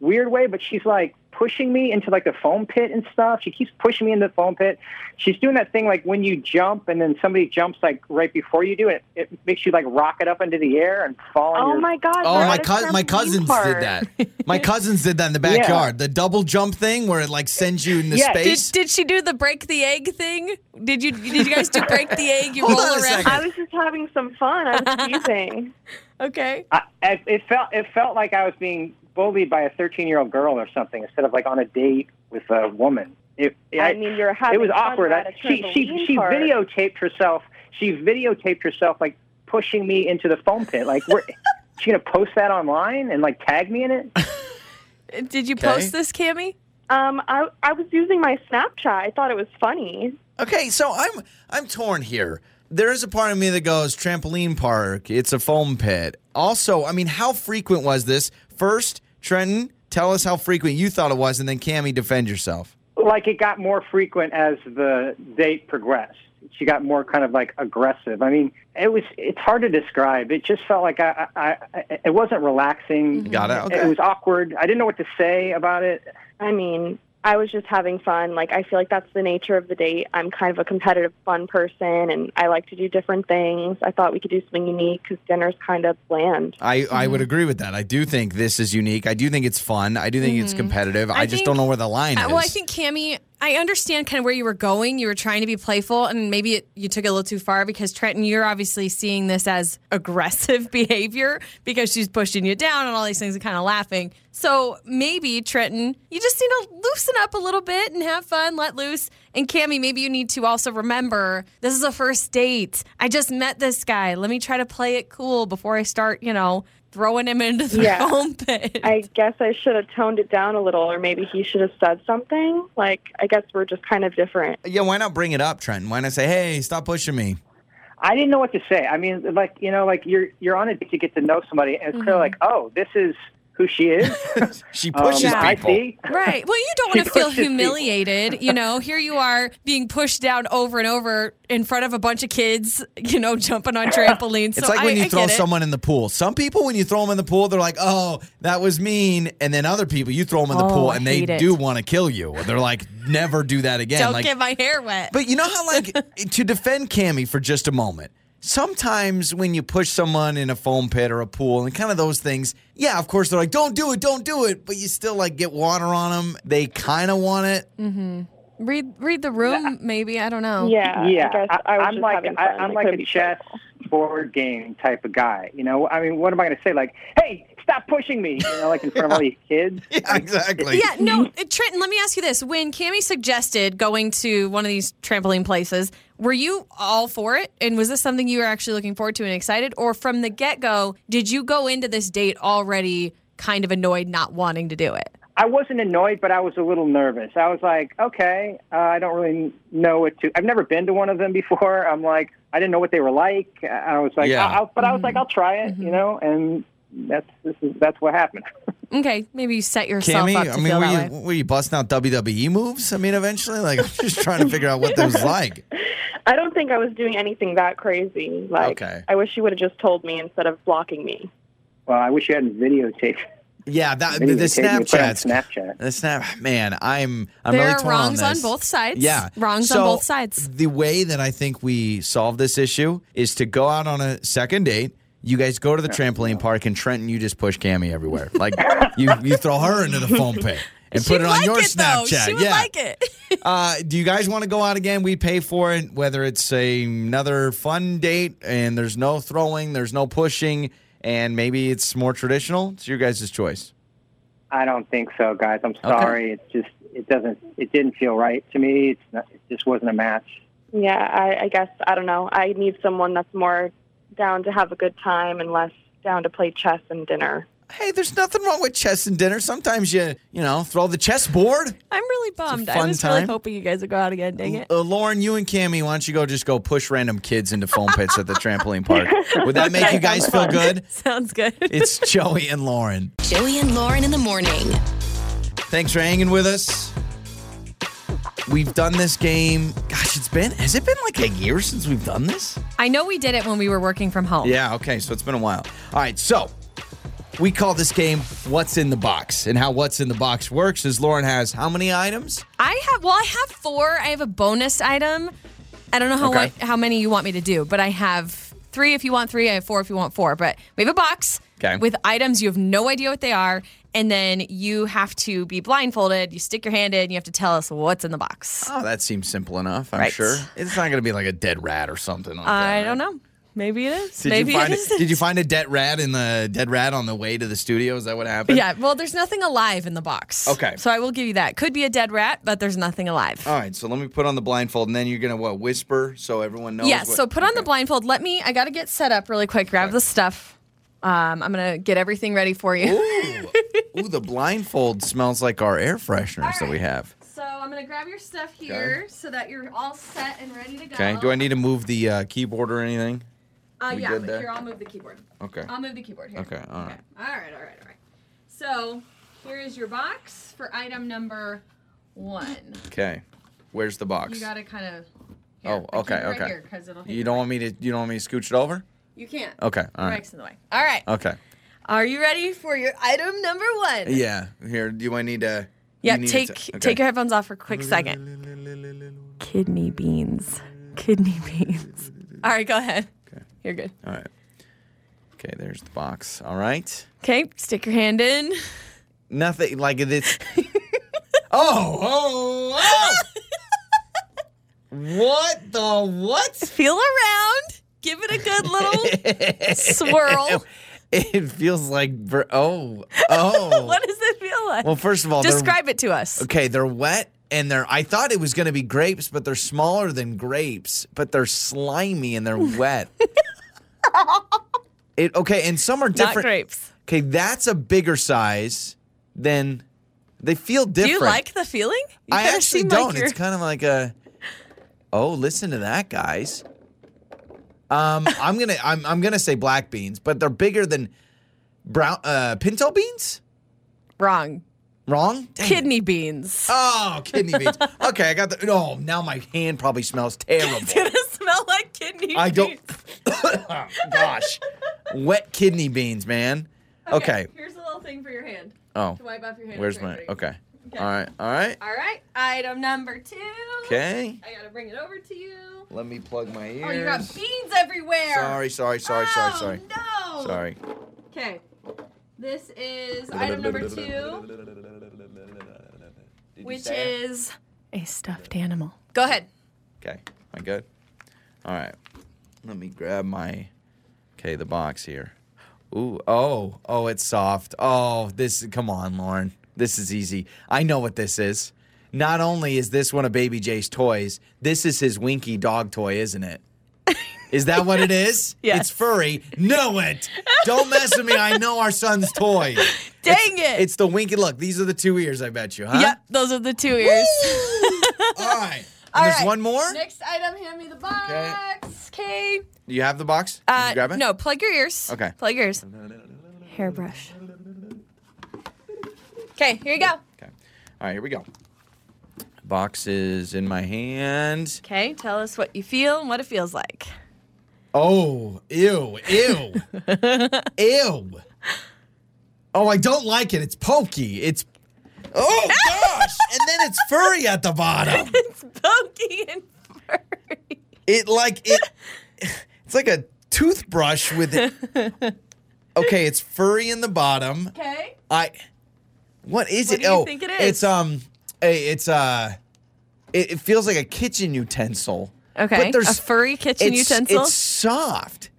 [SPEAKER 6] weird way, but she's like pushing me into like the foam pit and stuff. She keeps pushing me into the foam pit. She's doing that thing like when you jump and then somebody jumps like right before you do it, it makes you like rocket up into the air and fall on
[SPEAKER 4] Oh
[SPEAKER 6] your
[SPEAKER 4] my god!
[SPEAKER 1] oh,
[SPEAKER 4] we're
[SPEAKER 1] my,
[SPEAKER 4] at a
[SPEAKER 1] cou- my
[SPEAKER 4] trampoline
[SPEAKER 1] cousins
[SPEAKER 4] park.
[SPEAKER 1] did that. My cousins did that in the
[SPEAKER 6] Yeah.
[SPEAKER 1] backyard. The double jump thing where it like sends you into
[SPEAKER 6] Yeah,
[SPEAKER 2] Did,
[SPEAKER 1] space.
[SPEAKER 2] did she do the break the egg thing? Did you did you guys do break the egg? You
[SPEAKER 1] Hold
[SPEAKER 2] roll
[SPEAKER 1] on a
[SPEAKER 2] around.
[SPEAKER 1] second.
[SPEAKER 4] I was just having some fun. I was teasing.
[SPEAKER 2] Okay.
[SPEAKER 6] I, I- it felt it felt like I was being bullied by a 13 year old girl or something instead of like on a date with a woman. It,
[SPEAKER 4] I mean, you're having.
[SPEAKER 6] it was
[SPEAKER 4] fun
[SPEAKER 6] awkward.
[SPEAKER 4] At a
[SPEAKER 6] I, she she
[SPEAKER 4] trampoline
[SPEAKER 6] she
[SPEAKER 4] park.
[SPEAKER 6] videotaped herself. She videotaped herself like pushing me into the foam pit. Like, we're, she gonna post that online and like tag me in it?
[SPEAKER 2] Did you
[SPEAKER 1] Okay.
[SPEAKER 2] post this, Cammy?
[SPEAKER 4] Um, I I was using my Snapchat. I thought it was funny.
[SPEAKER 1] Okay, so I'm I'm torn here. There is a part of me that goes trampoline park. It's a foam pit. Also, I mean, how frequent was this? First, Trenton, tell us how frequent you thought it was, and then Cammy, defend yourself.
[SPEAKER 6] Like, it got more frequent as the date progressed. She got more kind of like aggressive. I mean, it was it's hard to describe. It just felt like I, I, I it wasn't relaxing.
[SPEAKER 1] Mm-hmm. Got it.
[SPEAKER 6] It
[SPEAKER 1] Okay.
[SPEAKER 6] was awkward. I didn't know what to say about it.
[SPEAKER 4] I mean, I was just having fun. Like, I feel like that's the nature of the date. I'm kind of a competitive, fun person, and I like to do different things. I thought we could do something unique because dinner's kind of bland.
[SPEAKER 1] I, I
[SPEAKER 2] Mm-hmm.
[SPEAKER 1] would agree with that. I do think this is unique. I do think it's fun. I do think it's competitive. I, just
[SPEAKER 2] Mm-hmm. think-
[SPEAKER 1] don't know where the line is.
[SPEAKER 2] Uh, Well, I think Cammy, I understand kind of where you were going. You were trying to be playful, and maybe it, you took it a little too far because Trenton, you're obviously seeing this as aggressive behavior because she's pushing you down and all these things and kind of laughing. So maybe Trenton, you just need to loosen up a little bit and have fun, let loose. And Cammy, maybe you need to also remember this is a first date. I just met this guy. Let me try to play it cool before I start, you know, throwing him into the
[SPEAKER 4] Yeah.
[SPEAKER 2] home pit.
[SPEAKER 4] I guess I should have toned it down a little, or maybe he should have said something. Like, I guess we're just kind of different.
[SPEAKER 1] yeah, why not bring it up, Trenton? Why not say, hey, stop pushing me?
[SPEAKER 6] I didn't know what to say. I mean, like you know, like you're you're on a date to get to know somebody, and it's kind
[SPEAKER 1] Mm-hmm.
[SPEAKER 6] of like, oh, this is who she is.
[SPEAKER 1] She
[SPEAKER 6] Um,
[SPEAKER 1] pushes
[SPEAKER 2] Yeah.
[SPEAKER 6] I
[SPEAKER 1] people.
[SPEAKER 6] see.
[SPEAKER 2] Right. Well, you don't
[SPEAKER 6] She
[SPEAKER 2] want to feel
[SPEAKER 6] pushes people.
[SPEAKER 2] humiliated. You know, here you are being pushed down over and over in front of a bunch of kids, you know, jumping on trampolines.
[SPEAKER 1] It's
[SPEAKER 2] so
[SPEAKER 1] like when
[SPEAKER 2] I,
[SPEAKER 1] you
[SPEAKER 2] I
[SPEAKER 1] throw
[SPEAKER 2] get it.
[SPEAKER 1] someone in the pool. Some people, when you throw them in the pool, they're like, "Oh, that was mean," and then other people, you throw them in the
[SPEAKER 2] Oh,
[SPEAKER 1] pool,
[SPEAKER 2] I
[SPEAKER 1] and they
[SPEAKER 2] hate it.
[SPEAKER 1] do want to kill you. They're like, "Never do that again."
[SPEAKER 2] Don't
[SPEAKER 1] like,
[SPEAKER 2] get my hair wet.
[SPEAKER 1] but you know how, like, to defend Cammy for just a moment, sometimes when you push someone in a foam pit or a pool and kind of those things, yeah, of course they're like, don't do it, don't do it, but you still like get water on them. They kind of want it.
[SPEAKER 2] Mm. Read read the room, maybe. I don't know.
[SPEAKER 4] Yeah, I
[SPEAKER 6] yeah,
[SPEAKER 4] guess I, was
[SPEAKER 6] am
[SPEAKER 4] just
[SPEAKER 6] like
[SPEAKER 4] having
[SPEAKER 6] I,
[SPEAKER 4] fun.
[SPEAKER 6] I'm
[SPEAKER 4] I
[SPEAKER 6] like
[SPEAKER 4] couldn't
[SPEAKER 6] a
[SPEAKER 4] be
[SPEAKER 6] chess
[SPEAKER 4] careful.
[SPEAKER 6] board game type of guy. You know, I mean, what am I going to say? Like, hey, stop pushing me! You know, like in front of all these kids.
[SPEAKER 1] Yeah, exactly.
[SPEAKER 2] Yeah, no,
[SPEAKER 1] Mm-hmm.
[SPEAKER 2] uh, Trenton, let me ask you this. When Cammy suggested going to one of these trampoline places, were you all for it? And was this something you were actually looking forward to and excited? Or from the get go, did you go into this date already kind of annoyed, not wanting to do it?
[SPEAKER 6] I wasn't annoyed, but I was a little nervous. I was like, okay, uh, I don't really know what to. I've never been to one of them before. I'm like, I didn't know what they were like. I- I was like,
[SPEAKER 1] Yeah.
[SPEAKER 6] I, I, but I was like, I'll try it, you know, and that's this is that's what happened.
[SPEAKER 2] Okay, maybe you set yourself
[SPEAKER 1] Cammy,
[SPEAKER 2] up to
[SPEAKER 1] I mean,
[SPEAKER 2] feel
[SPEAKER 1] were
[SPEAKER 2] that
[SPEAKER 1] you,
[SPEAKER 2] way.
[SPEAKER 1] were you busting out WWE moves? I mean, eventually, like, I'm just trying to figure out what that was like.
[SPEAKER 4] I don't think I was doing anything that crazy. Like,
[SPEAKER 1] Okay.
[SPEAKER 4] I wish you would have just told me instead of blocking me.
[SPEAKER 6] well, I wish you hadn't videotaped.
[SPEAKER 1] Yeah, that the
[SPEAKER 6] videotaped me, put it on
[SPEAKER 1] Snapchats.
[SPEAKER 6] Snapchat.
[SPEAKER 1] The snap, man. I'm I'm
[SPEAKER 2] there
[SPEAKER 1] really
[SPEAKER 2] are
[SPEAKER 1] torn on
[SPEAKER 2] wrongs on,
[SPEAKER 1] this.
[SPEAKER 2] both sides.
[SPEAKER 1] Yeah.
[SPEAKER 2] Wrongs
[SPEAKER 1] So,
[SPEAKER 2] on both sides.
[SPEAKER 1] The way that I think we solve this issue is to go out on a second date. You guys go to the trampoline park, and Trenton, you just push Cammy everywhere. Like you, you throw her into the foam pit and put
[SPEAKER 2] She'd
[SPEAKER 1] it on
[SPEAKER 2] like
[SPEAKER 1] your
[SPEAKER 2] it, though.
[SPEAKER 1] Snapchat.
[SPEAKER 2] She would
[SPEAKER 1] yeah.
[SPEAKER 2] like it.
[SPEAKER 1] Uh, do you guys want to go out again? We pay for it, whether it's a- another fun date and there's no throwing, there's no pushing, and maybe it's more traditional. It's your guys' choice.
[SPEAKER 6] I don't think so, guys. I'm sorry. It just it doesn't it didn't feel right to me. It's not, it just wasn't a match.
[SPEAKER 4] Yeah, I, I guess I don't know. I need someone that's more down to have a good time and less down to play chess and dinner.
[SPEAKER 1] Hey, there's nothing wrong with chess and dinner. Sometimes you, you know, throw the chessboard.
[SPEAKER 2] I'm really bummed. I
[SPEAKER 1] fun
[SPEAKER 2] was
[SPEAKER 1] time.
[SPEAKER 2] really hoping you guys would go out again. Dang it.
[SPEAKER 1] Uh, Lauren, you and Cammy, why don't you go just go push random kids into foam pits at the trampoline park? Would that make you guys feel good?
[SPEAKER 2] Sounds good.
[SPEAKER 1] It's Joey and Lauren.
[SPEAKER 3] Joey and Lauren in the morning.
[SPEAKER 1] Thanks for hanging with us. We've done this game. Gosh, it's been has it been like a year since we've done this?
[SPEAKER 2] I know we did it when we were working from home.
[SPEAKER 1] Yeah, okay, so it's been a while. All right, so we call this game What's in the Box. And how What's in the Box works is Lauren has how many items?
[SPEAKER 2] I have well, I have four. I have a bonus item. I don't know how
[SPEAKER 1] Okay.
[SPEAKER 2] what, how many you want me to do, but I have three if you want three. I have four if you want four. But we have a box
[SPEAKER 1] Okay.
[SPEAKER 2] with items you have no idea what they are, and then you have to be blindfolded. You stick your hand in. You have to tell us what's in the box.
[SPEAKER 1] Oh, that seems simple enough, I'm
[SPEAKER 2] Right.
[SPEAKER 1] sure. It's not gonna be like a dead rat or something like that.
[SPEAKER 2] I
[SPEAKER 1] right?
[SPEAKER 2] don't know. Maybe it is.
[SPEAKER 1] Did
[SPEAKER 2] Maybe
[SPEAKER 1] you find
[SPEAKER 2] it is.
[SPEAKER 1] Did you find a dead rat in the dead rat on the way to the studio? Is that what happened?
[SPEAKER 2] Yeah, well, there's nothing alive in the box.
[SPEAKER 1] Okay. Oh,
[SPEAKER 2] So I will give you that. Could be a dead rat, but there's nothing alive.
[SPEAKER 1] All right, so let me put on the blindfold, and then you're gonna what whisper so everyone knows.
[SPEAKER 2] Yes.
[SPEAKER 1] what-
[SPEAKER 2] so put on the blindfold. Let me. I got to get set up really quick. Grab the stuff. Um, I'm gonna get everything ready for you.
[SPEAKER 1] Ooh, the blindfold smells like our air fresheners that we have.
[SPEAKER 2] So I'm gonna grab your stuff here so that you're all set and ready to go.
[SPEAKER 1] Okay. Do I need to move the uh, keyboard or anything?
[SPEAKER 2] Uh,
[SPEAKER 1] we
[SPEAKER 2] yeah.
[SPEAKER 1] good
[SPEAKER 2] but
[SPEAKER 1] there?
[SPEAKER 2] Here, I'll move the keyboard.
[SPEAKER 1] Okay.
[SPEAKER 2] I'll move the keyboard here.
[SPEAKER 1] Okay, all right.
[SPEAKER 2] All right. All right. All right. So here is your box for item number one.
[SPEAKER 1] Okay. Where's the box?
[SPEAKER 2] You gotta kind of.
[SPEAKER 1] Oh, okay, okay.
[SPEAKER 2] it'll hit
[SPEAKER 1] You
[SPEAKER 2] your
[SPEAKER 1] don't
[SPEAKER 2] mic.
[SPEAKER 1] want me to? You don't want me to scooch it over?
[SPEAKER 2] You can't.
[SPEAKER 1] Okay. All
[SPEAKER 2] Your
[SPEAKER 1] right.
[SPEAKER 2] mic's in the way. All right.
[SPEAKER 1] Okay.
[SPEAKER 2] Are you ready for your item number one?
[SPEAKER 1] Yeah. Here. Do I need to?
[SPEAKER 2] Yeah,
[SPEAKER 1] you need
[SPEAKER 2] take
[SPEAKER 1] to- okay.
[SPEAKER 2] take your headphones off for a quick second. Kidney beans. Kidney beans. All right, go ahead. You're good.
[SPEAKER 1] All right. Okay. There's the box. All right.
[SPEAKER 2] Okay, stick your hand in.
[SPEAKER 1] Nothing like it's. oh, oh, oh! what the what?
[SPEAKER 2] Feel around. Give it a good little swirl.
[SPEAKER 1] It feels like ver- oh oh.
[SPEAKER 2] What does it feel like?
[SPEAKER 1] well, first of all, they're-
[SPEAKER 2] Describe it to us.
[SPEAKER 1] okay, they're wet and they're. I thought it was going to be grapes, but they're smaller than grapes, but they're slimy and they're wet. it okay, and some are
[SPEAKER 2] Not
[SPEAKER 1] different.
[SPEAKER 2] grapes.
[SPEAKER 1] Okay, that's a bigger size than. They feel
[SPEAKER 2] Do
[SPEAKER 1] different.
[SPEAKER 2] you like the feeling? You
[SPEAKER 1] I
[SPEAKER 2] kinda
[SPEAKER 1] actually
[SPEAKER 2] seem like
[SPEAKER 1] don't.
[SPEAKER 2] you're-
[SPEAKER 1] it's kind of like a oh, listen to that, guys. Um, I'm gonna I'm I'm gonna say black beans, but they're bigger than brown uh, pinto beans.
[SPEAKER 2] wrong.
[SPEAKER 1] Wrong. Dang it.
[SPEAKER 2] Kidney beans.
[SPEAKER 1] Oh, kidney beans. okay, I got the. Oh, now my hand probably smells terrible.
[SPEAKER 2] Gonna smell like kidney
[SPEAKER 1] I don't.
[SPEAKER 2] beans.
[SPEAKER 1] gosh, wet kidney beans, man. Okay.
[SPEAKER 2] Here's a little thing for your hand.
[SPEAKER 1] Oh,
[SPEAKER 2] Wipe off your hand.
[SPEAKER 1] where's
[SPEAKER 2] Right,
[SPEAKER 1] my?
[SPEAKER 2] right.
[SPEAKER 1] Okay. All right. All right.
[SPEAKER 2] All right, item number two.
[SPEAKER 1] Okay.
[SPEAKER 2] I gotta bring it over to you.
[SPEAKER 1] Let me plug my ears.
[SPEAKER 2] Oh, you got beans everywhere.
[SPEAKER 1] Sorry, sorry, sorry, sorry,
[SPEAKER 2] Oh,
[SPEAKER 1] sorry.
[SPEAKER 2] No.
[SPEAKER 1] Sorry.
[SPEAKER 2] Okay. This is item number two,
[SPEAKER 1] Did you
[SPEAKER 2] which
[SPEAKER 1] say it?
[SPEAKER 2] is a stuffed animal. Go ahead.
[SPEAKER 1] Okay, am I good? All right. Let me grab my. Okay, the box here. Ooh, oh, oh, it's soft. Oh, this. Come on, Lauren. This is easy. I know what this is. Not only is this one of Baby Jay's toys, this is his Winky dog toy, isn't it? Is that what it is?
[SPEAKER 2] Yes.
[SPEAKER 1] It's furry. Know it. Don't mess with me. I know our son's toy.
[SPEAKER 2] Dang it.
[SPEAKER 1] It's the Winky. Look, these are the two ears, I bet you, huh?
[SPEAKER 2] Yep, those are the two ears.
[SPEAKER 1] All right. And
[SPEAKER 2] All
[SPEAKER 1] there's
[SPEAKER 2] right.
[SPEAKER 1] one more?
[SPEAKER 2] Next item, hand me the box. Okay.
[SPEAKER 1] Do you have the box? Did
[SPEAKER 2] Uh,
[SPEAKER 1] you grab it?
[SPEAKER 2] No, plug your ears.
[SPEAKER 1] Okay.
[SPEAKER 2] Plug your ears. Hairbrush. Okay, here you go.
[SPEAKER 1] Okay. All right, here we go. Box is in my hand.
[SPEAKER 2] Okay, tell us what you feel and what it feels like.
[SPEAKER 1] Oh, ew, ew, ew. Oh, I don't like it. It's pokey. It's oh gosh, and then it's furry at the bottom.
[SPEAKER 2] It's pokey and furry.
[SPEAKER 1] It like it. It's like a toothbrush with it. Okay, it's furry in the bottom.
[SPEAKER 2] Okay.
[SPEAKER 1] I. What is
[SPEAKER 2] What
[SPEAKER 1] it?
[SPEAKER 2] do you
[SPEAKER 1] oh,
[SPEAKER 2] think it
[SPEAKER 1] It's
[SPEAKER 2] is?
[SPEAKER 1] um, a- it's uh, it, it feels like a kitchen utensil.
[SPEAKER 2] Okay.
[SPEAKER 1] But there's
[SPEAKER 2] a furry kitchen
[SPEAKER 1] it's,
[SPEAKER 2] utensil.
[SPEAKER 1] It's soft.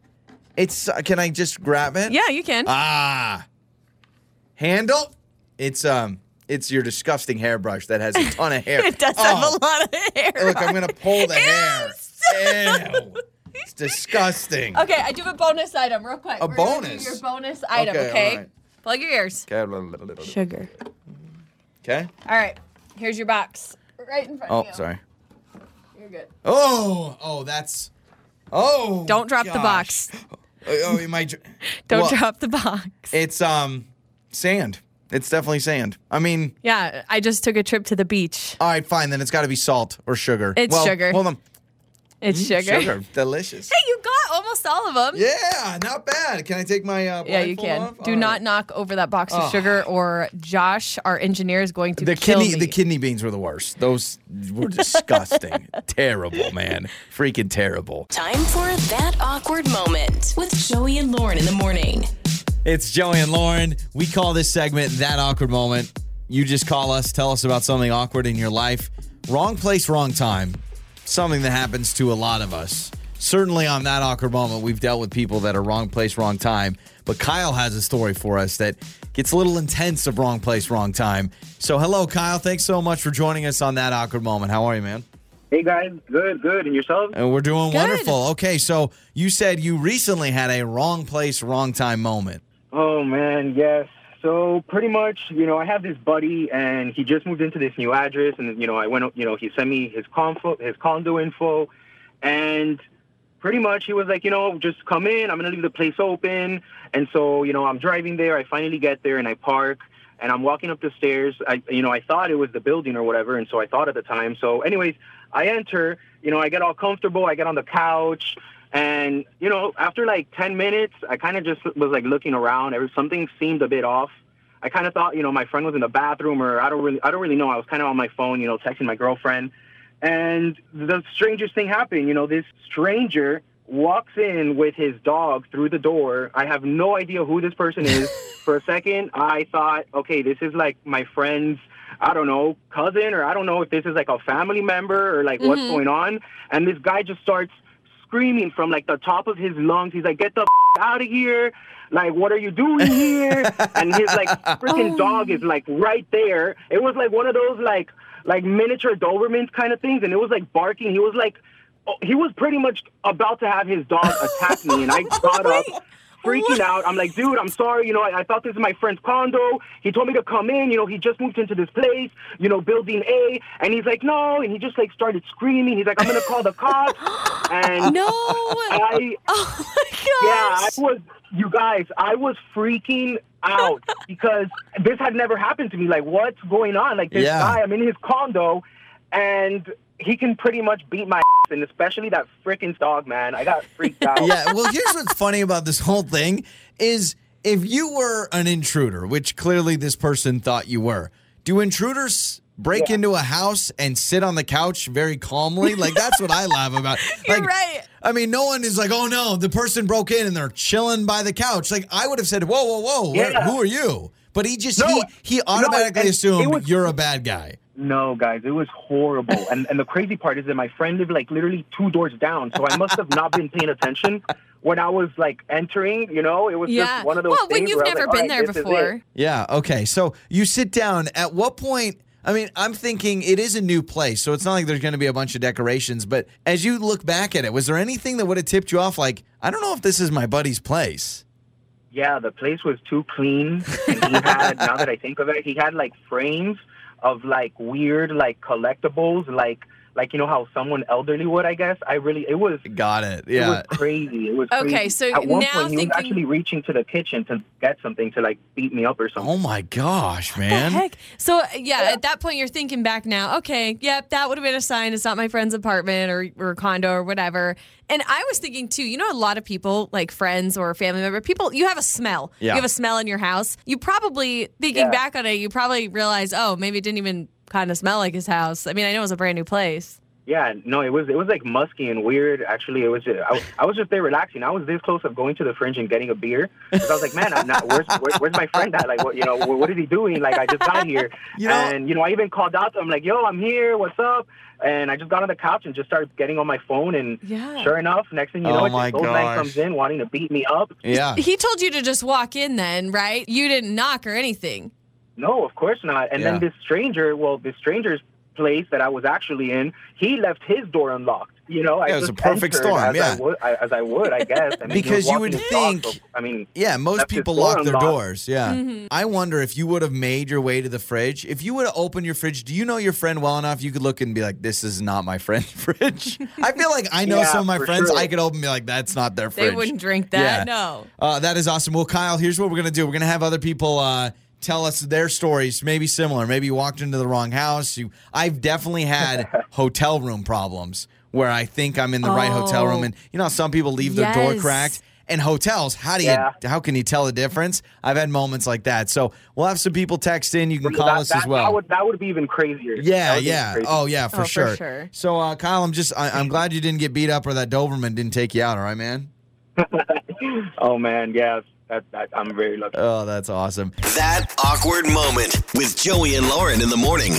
[SPEAKER 1] It's. so- Can I just grab it?
[SPEAKER 2] yeah, you can.
[SPEAKER 1] Ah. Handle. It's um. It's your disgusting hairbrush that has a ton of hair. Oh,
[SPEAKER 2] it does have a lot of hair.
[SPEAKER 1] Look, I'm
[SPEAKER 2] on
[SPEAKER 1] gonna
[SPEAKER 2] it.
[SPEAKER 1] pull the
[SPEAKER 2] Ew,
[SPEAKER 1] hair. Ew. It's disgusting.
[SPEAKER 2] Okay, I do have a bonus item real quick.
[SPEAKER 1] A
[SPEAKER 2] We're gonna do
[SPEAKER 1] bonus?
[SPEAKER 2] Your bonus item,
[SPEAKER 1] Okay,
[SPEAKER 2] okay?
[SPEAKER 1] all right.
[SPEAKER 2] Plug your ears.
[SPEAKER 1] Okay.
[SPEAKER 2] Sugar.
[SPEAKER 1] Okay.
[SPEAKER 2] All right. Here's your box. Right in front
[SPEAKER 1] Oh,
[SPEAKER 2] of you.
[SPEAKER 1] sorry.
[SPEAKER 2] You're good.
[SPEAKER 1] Oh, oh, that's. Oh.
[SPEAKER 2] Don't drop the
[SPEAKER 1] gosh.
[SPEAKER 2] box.
[SPEAKER 1] Oh, it might. dr-
[SPEAKER 2] Don't
[SPEAKER 1] Well,
[SPEAKER 2] drop the box.
[SPEAKER 1] It's um, sand. It's definitely sand. I mean,
[SPEAKER 2] yeah, I just took a trip to the beach.
[SPEAKER 1] all right, fine. Then it's got to be salt or sugar.
[SPEAKER 2] It's
[SPEAKER 1] well,
[SPEAKER 2] sugar.
[SPEAKER 1] Hold on.
[SPEAKER 2] It's sugar.
[SPEAKER 1] Mm, Sugar, delicious.
[SPEAKER 2] Hey, you got almost all of them.
[SPEAKER 1] Yeah, not bad. Can I take my uh,
[SPEAKER 2] Yeah, you
[SPEAKER 1] blindfold
[SPEAKER 2] can.
[SPEAKER 1] off?
[SPEAKER 2] Do
[SPEAKER 1] All
[SPEAKER 2] not
[SPEAKER 1] right.
[SPEAKER 2] knock over that box of sugar, or Josh, our engineer, is going to
[SPEAKER 1] The
[SPEAKER 2] kill
[SPEAKER 1] kidney,
[SPEAKER 2] me.
[SPEAKER 1] the kidney beans were the worst. Those were disgusting. terrible, man. Freaking terrible.
[SPEAKER 3] Time for that awkward moment with Joey and Lauren in the morning.
[SPEAKER 1] It's Joey and Lauren. We call this segment That Awkward Moment. You just call us, tell us about something awkward in your life. Wrong place, wrong time. Something that happens to a lot of us. Certainly on That Awkward Moment, we've dealt with people that are wrong place, wrong time. But Kyle has a story for us that gets a little intense of wrong place, wrong time. So, hello, Kyle. Thanks so much for joining us on That Awkward Moment. How are you, man?
[SPEAKER 6] Hey guys, good, good, and yourselves?
[SPEAKER 1] And Uh, we're doing
[SPEAKER 2] Good.
[SPEAKER 1] wonderful. Okay, so you said you recently had a wrong place, wrong time moment.
[SPEAKER 6] Oh man, yes. So pretty much, you know, I have this buddy, and he just moved into this new address, and you know, I went, you know, he sent me his conf- his condo info, and pretty much he was like, you know, just come in. I'm gonna leave the place open, and so you know, I'm driving there. I finally get there, and I park. And I'm walking up the stairs. I, you know, I thought it was the building or whatever, and so I thought at the time. So, anyways, I enter. You know, I get all comfortable. I get on the couch, and you know, after like ten minutes, I kind of just was like looking around. Every something seemed a bit off. I kind of thought, you know, my friend was in the bathroom, or I don't really, I don't really know. I was kind of on my phone, you know, texting my girlfriend, and the strangest thing happened. You know, this stranger walks in with his dog through the door. I have no idea who this person is. For a second, I thought, okay, this is like my friend's, I don't know, cousin, or I don't know if this is like a family member or like what's going on. And this guy just starts screaming from like the top of his lungs. He's like, get the f- out of here. Like, what are you doing here? and his like freaking dog is like right there. It was like one of those like like miniature Dobermans kind of things, and it was like barking. He was like, oh, he was pretty much about to have his dog attack me, and I got up. Freaking out. I'm like, dude, I'm sorry. You know, I, I thought this is my friend's condo. He told me to come in. You know, he just moved into this place, you know, building A. And he's like, no. And he just like started screaming. He's like, I'm going to call the cops. And
[SPEAKER 2] No.
[SPEAKER 6] I,
[SPEAKER 2] oh my
[SPEAKER 6] yeah, I
[SPEAKER 2] gosh.
[SPEAKER 6] was. You guys, I was freaking out because this had never happened to me. Like, what's going on? Like this
[SPEAKER 1] Yeah.
[SPEAKER 6] guy, I'm in his condo, and he can pretty much beat my ass, and especially that freaking dog, man. I got freaked out.
[SPEAKER 1] yeah. Well, here's what's funny about this whole thing is if you were an intruder, which clearly this person thought you were, do intruders break into a house and sit on the couch very calmly. Like that's what I laugh about.
[SPEAKER 2] You're
[SPEAKER 1] Like,
[SPEAKER 2] right.
[SPEAKER 1] I mean, no one is like, oh no, the person broke in and they're chilling by the couch. Like I would have said, whoa, whoa, whoa, where-
[SPEAKER 6] Yeah.
[SPEAKER 1] who are you? But he just
[SPEAKER 6] No,
[SPEAKER 1] he he automatically
[SPEAKER 6] and it
[SPEAKER 1] assumed
[SPEAKER 6] was-
[SPEAKER 1] you're a bad guy.
[SPEAKER 6] No, guys, it was horrible. and and the crazy part is that my friend lived like literally two doors down, so I must have not been paying attention when I was like entering. You know, it was
[SPEAKER 2] Yeah.
[SPEAKER 6] just one of those
[SPEAKER 2] well,
[SPEAKER 6] things.
[SPEAKER 2] when you've
[SPEAKER 6] where I was
[SPEAKER 2] never
[SPEAKER 6] like,
[SPEAKER 2] been
[SPEAKER 6] "All right,
[SPEAKER 2] there
[SPEAKER 6] this is
[SPEAKER 2] before.
[SPEAKER 6] it."
[SPEAKER 1] Yeah. Okay. So you sit down. At what point? I mean, I'm thinking it is a new place, so it's not like there's going to be a bunch of decorations. But as you look back at it, was there anything that would have tipped you off? Like, I don't know if this is my buddy's place.
[SPEAKER 6] Yeah, the place was too clean. And he had, now that I think of it, he had like frames of like weird like collectibles, like like you know how someone elderly would, I guess. I really it was
[SPEAKER 1] Got it.
[SPEAKER 6] It
[SPEAKER 1] Yeah.
[SPEAKER 6] was crazy. It was
[SPEAKER 2] Okay,
[SPEAKER 6] crazy.
[SPEAKER 2] so
[SPEAKER 6] at one
[SPEAKER 2] now
[SPEAKER 6] point he
[SPEAKER 2] thinking-
[SPEAKER 6] was actually reaching to the kitchen to get something to like beat me up or something.
[SPEAKER 1] Oh my gosh,
[SPEAKER 2] The
[SPEAKER 1] man.
[SPEAKER 2] heck? So uh, yeah, at that point you're thinking back now. Okay, yep, that would have been a sign. It's not my friend's apartment or or condo or whatever. And I was thinking too. You know, a lot of people, like friends or family member, people, you have a smell.
[SPEAKER 1] Yeah.
[SPEAKER 2] You have a smell in your house. You probably thinking
[SPEAKER 6] Yeah.
[SPEAKER 2] back on it, you probably realize, oh, maybe it didn't even kind of smell like his house. I mean, I know it was a brand new place.
[SPEAKER 6] Yeah, no, it was it was like musky and weird. Actually, it was just, I, was- I was just there relaxing. I was this close of going to the fringe and getting a beer. 'Cause I was like, man, I'm not. Where's where, where's my friend at? Like, what you know, what, what is he doing? Like, I just got here,
[SPEAKER 1] You know-
[SPEAKER 6] and you know, I even called out to him like, yo, I'm here. What's up? And I just got on the couch and just started getting on my phone. And
[SPEAKER 2] Yeah.
[SPEAKER 6] sure enough, next thing you
[SPEAKER 1] Oh
[SPEAKER 6] know,
[SPEAKER 1] my
[SPEAKER 6] it's this old man
[SPEAKER 1] gosh.
[SPEAKER 6] comes in wanting to beat me up.
[SPEAKER 1] Yeah.
[SPEAKER 2] He told you to just walk in, then right? You didn't knock or anything.
[SPEAKER 6] No, of course not. And
[SPEAKER 1] Yeah.
[SPEAKER 6] then this stranger, well, this stranger's place that I was actually in, he left his door unlocked. You know,
[SPEAKER 1] Yeah,
[SPEAKER 6] I
[SPEAKER 1] it was
[SPEAKER 6] just
[SPEAKER 1] a perfect
[SPEAKER 6] entered
[SPEAKER 1] storm,
[SPEAKER 6] As
[SPEAKER 1] yeah.
[SPEAKER 6] I would, I, as I would, I guess. I mean, he
[SPEAKER 1] Because
[SPEAKER 6] was
[SPEAKER 1] you
[SPEAKER 6] walking
[SPEAKER 1] would
[SPEAKER 6] his dog,
[SPEAKER 1] think-
[SPEAKER 6] so, I mean,
[SPEAKER 1] Yeah, most
[SPEAKER 6] Left his
[SPEAKER 1] people
[SPEAKER 6] door
[SPEAKER 1] lock their
[SPEAKER 6] unlocked.
[SPEAKER 1] doors. Yeah.
[SPEAKER 2] Mm-hmm.
[SPEAKER 1] I wonder if you would have made your way to the fridge. If you would have opened your fridge, do you know your friend well enough? You could look and be like, this is not my friend's fridge. I feel like I know
[SPEAKER 6] Yeah,
[SPEAKER 1] some of my
[SPEAKER 6] for
[SPEAKER 1] friends.
[SPEAKER 6] sure.
[SPEAKER 1] I could open and be like, that's not their
[SPEAKER 2] They
[SPEAKER 1] fridge.
[SPEAKER 2] wouldn't drink that.
[SPEAKER 1] Yeah.
[SPEAKER 2] No.
[SPEAKER 1] Uh, that is awesome. Well, Kyle, here's what we're gonna do. We're gonna have other people uh, tell us their stories, maybe similar. Maybe you walked into the wrong house. You, I've definitely had hotel room problems where I think I'm in the right hotel room,
[SPEAKER 2] Oh.
[SPEAKER 1] and you know how some people leave their door
[SPEAKER 2] Yes.
[SPEAKER 1] cracked. And hotels, how do you,
[SPEAKER 6] Yeah.
[SPEAKER 1] how can you tell the difference? I've had moments like that. So we'll have some people text in. You can call
[SPEAKER 6] that,
[SPEAKER 1] us
[SPEAKER 6] that,
[SPEAKER 1] as well.
[SPEAKER 6] That would, that would be even crazier. That
[SPEAKER 1] Yeah,
[SPEAKER 6] would be
[SPEAKER 1] yeah.
[SPEAKER 6] crazy.
[SPEAKER 1] Oh, yeah, for
[SPEAKER 2] Oh, for
[SPEAKER 1] sure.
[SPEAKER 2] sure.
[SPEAKER 1] So, uh, Kyle, I'm just, I, I'm glad you didn't get beat up or that Doberman didn't take you out. All right, man.
[SPEAKER 6] Oh, man, yes. That, that, I'm very lucky.
[SPEAKER 1] Oh, that's awesome.
[SPEAKER 5] That awkward moment with Joey and Lauren in the morning.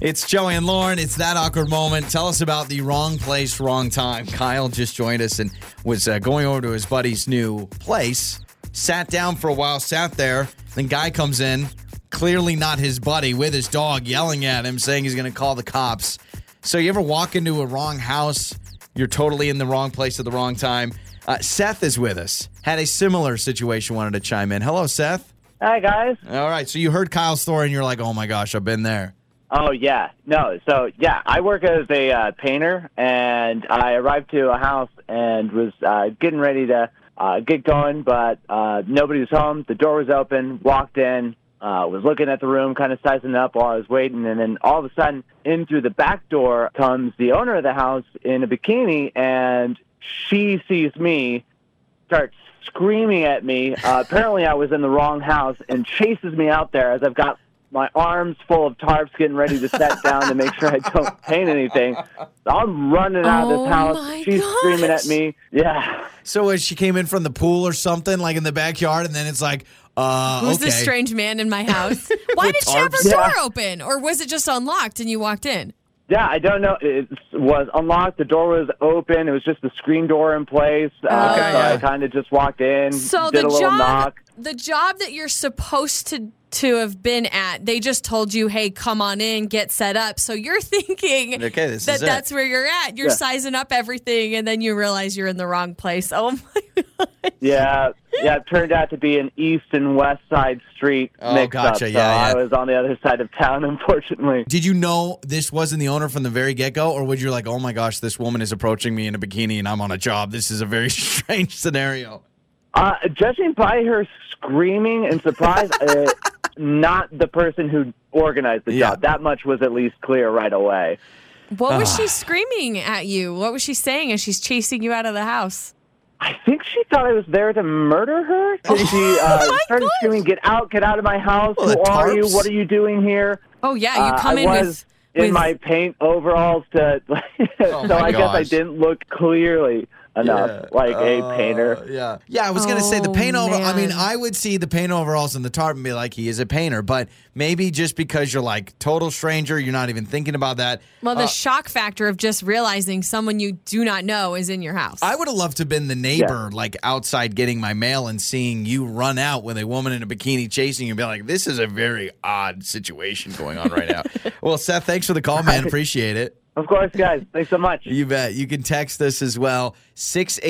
[SPEAKER 1] It's Joey and Lauren. It's that awkward moment. Tell us about the wrong place, wrong time. Kyle just joined us and was uh, going over to his buddy's new place. Sat down for a while, sat there. Then guy comes in, clearly not his buddy, with his dog, yelling at him, saying he's going to call the cops. So you ever walk into a wrong house? You're totally in the wrong place at the wrong time. Uh, Seth is with us. Had a similar situation. Wanted to chime in. Hello, Seth.
[SPEAKER 7] Hi guys.
[SPEAKER 1] All right. So you heard Kyle's story and you're like, oh my gosh, I've been there.
[SPEAKER 7] Oh yeah, no. So yeah, I work as a uh, painter, and I arrived to a house and was uh, getting ready to uh, get going, but uh, nobody was home. The door was open. Walked in, uh, was looking at the room, kind of sizing it up while I was waiting, and then all of a sudden, in through the back door comes the owner of the house in a bikini, and she sees me starts screaming at me. Uh, apparently, I was in the wrong house and chases me out there as I've got my arms full of tarps getting ready to set down to make sure I don't paint anything. I'm running out of
[SPEAKER 2] Oh,
[SPEAKER 7] this
[SPEAKER 2] my
[SPEAKER 7] house. She's screaming
[SPEAKER 2] gosh.
[SPEAKER 7] at me. Yeah.
[SPEAKER 1] So as she came in from the pool or something, like in the backyard, and then it's like, uh,
[SPEAKER 2] Who's
[SPEAKER 1] okay.
[SPEAKER 2] this strange man in my house? Why did she have her
[SPEAKER 1] tarps.
[SPEAKER 2] door open? Or was it just unlocked and you walked in?
[SPEAKER 7] Yeah, I don't know. It was unlocked. The door was open. It was just the screen door in place. Uh,
[SPEAKER 1] Okay,
[SPEAKER 7] so
[SPEAKER 1] yeah.
[SPEAKER 7] I kind of just walked in,
[SPEAKER 2] So
[SPEAKER 7] did
[SPEAKER 2] the
[SPEAKER 7] a little
[SPEAKER 2] job
[SPEAKER 7] knock.
[SPEAKER 2] the job that you're supposed to to have been at, they just told you, "Hey, come on in, get set up." So you're thinking
[SPEAKER 1] Okay, this
[SPEAKER 2] that
[SPEAKER 1] is it.
[SPEAKER 2] that's where you're at. You're
[SPEAKER 7] Yeah.
[SPEAKER 2] sizing up everything and then you realize you're in the wrong place. Oh my
[SPEAKER 7] Yeah, yeah. It turned out to be an east and west side street
[SPEAKER 1] Oh,
[SPEAKER 7] mix up.
[SPEAKER 1] gotcha,
[SPEAKER 7] So
[SPEAKER 1] yeah, yeah.
[SPEAKER 7] I was on the other side of town, unfortunately.
[SPEAKER 1] Did you know this wasn't the owner from the very get go, or would you like, oh my gosh, this woman is approaching me in a bikini and I'm on a job? This is a very strange scenario.
[SPEAKER 7] Uh, judging by her screaming and surprise, uh, not the person who organized the
[SPEAKER 1] Yeah.
[SPEAKER 7] job. That much was at least clear right away. Ah.
[SPEAKER 2] What was she screaming at you? What was she saying as she's chasing you out of the house?
[SPEAKER 7] I think she thought I was there to murder her. And She uh, started screaming, "Get out! Get out of my house!
[SPEAKER 1] Oh Well,
[SPEAKER 7] Who
[SPEAKER 1] the
[SPEAKER 7] are you?
[SPEAKER 1] tarps.
[SPEAKER 7] What are you doing here?"
[SPEAKER 2] Oh yeah, you
[SPEAKER 7] Uh,
[SPEAKER 2] come
[SPEAKER 7] I
[SPEAKER 2] in
[SPEAKER 7] was
[SPEAKER 2] with
[SPEAKER 7] in
[SPEAKER 2] with
[SPEAKER 7] my paint overalls to, so
[SPEAKER 1] Oh my
[SPEAKER 7] I guess I
[SPEAKER 1] gosh.
[SPEAKER 7] didn't look clearly enough
[SPEAKER 1] Yeah.
[SPEAKER 7] like
[SPEAKER 1] Uh,
[SPEAKER 7] a painter.
[SPEAKER 1] Yeah. Yeah, I was going to say the
[SPEAKER 2] Oh,
[SPEAKER 1] paint over. I mean,
[SPEAKER 2] man.
[SPEAKER 1] I would see the paint overalls and the tarp and be like, he is a painter. But maybe just because you're like total stranger, you're not even thinking about that.
[SPEAKER 2] well the
[SPEAKER 1] Uh,
[SPEAKER 2] shock factor of just realizing someone you do not know is in your house.
[SPEAKER 1] I would have loved to have been the neighbor, like outside getting my mail and seeing you run out with a woman in a bikini chasing you and be like, this is a very odd situation going on right now. well, Seth, thanks for the call, man. Appreciate it.
[SPEAKER 7] Of course, guys. Thanks so much.
[SPEAKER 1] Uh, You bet. You can text us as well,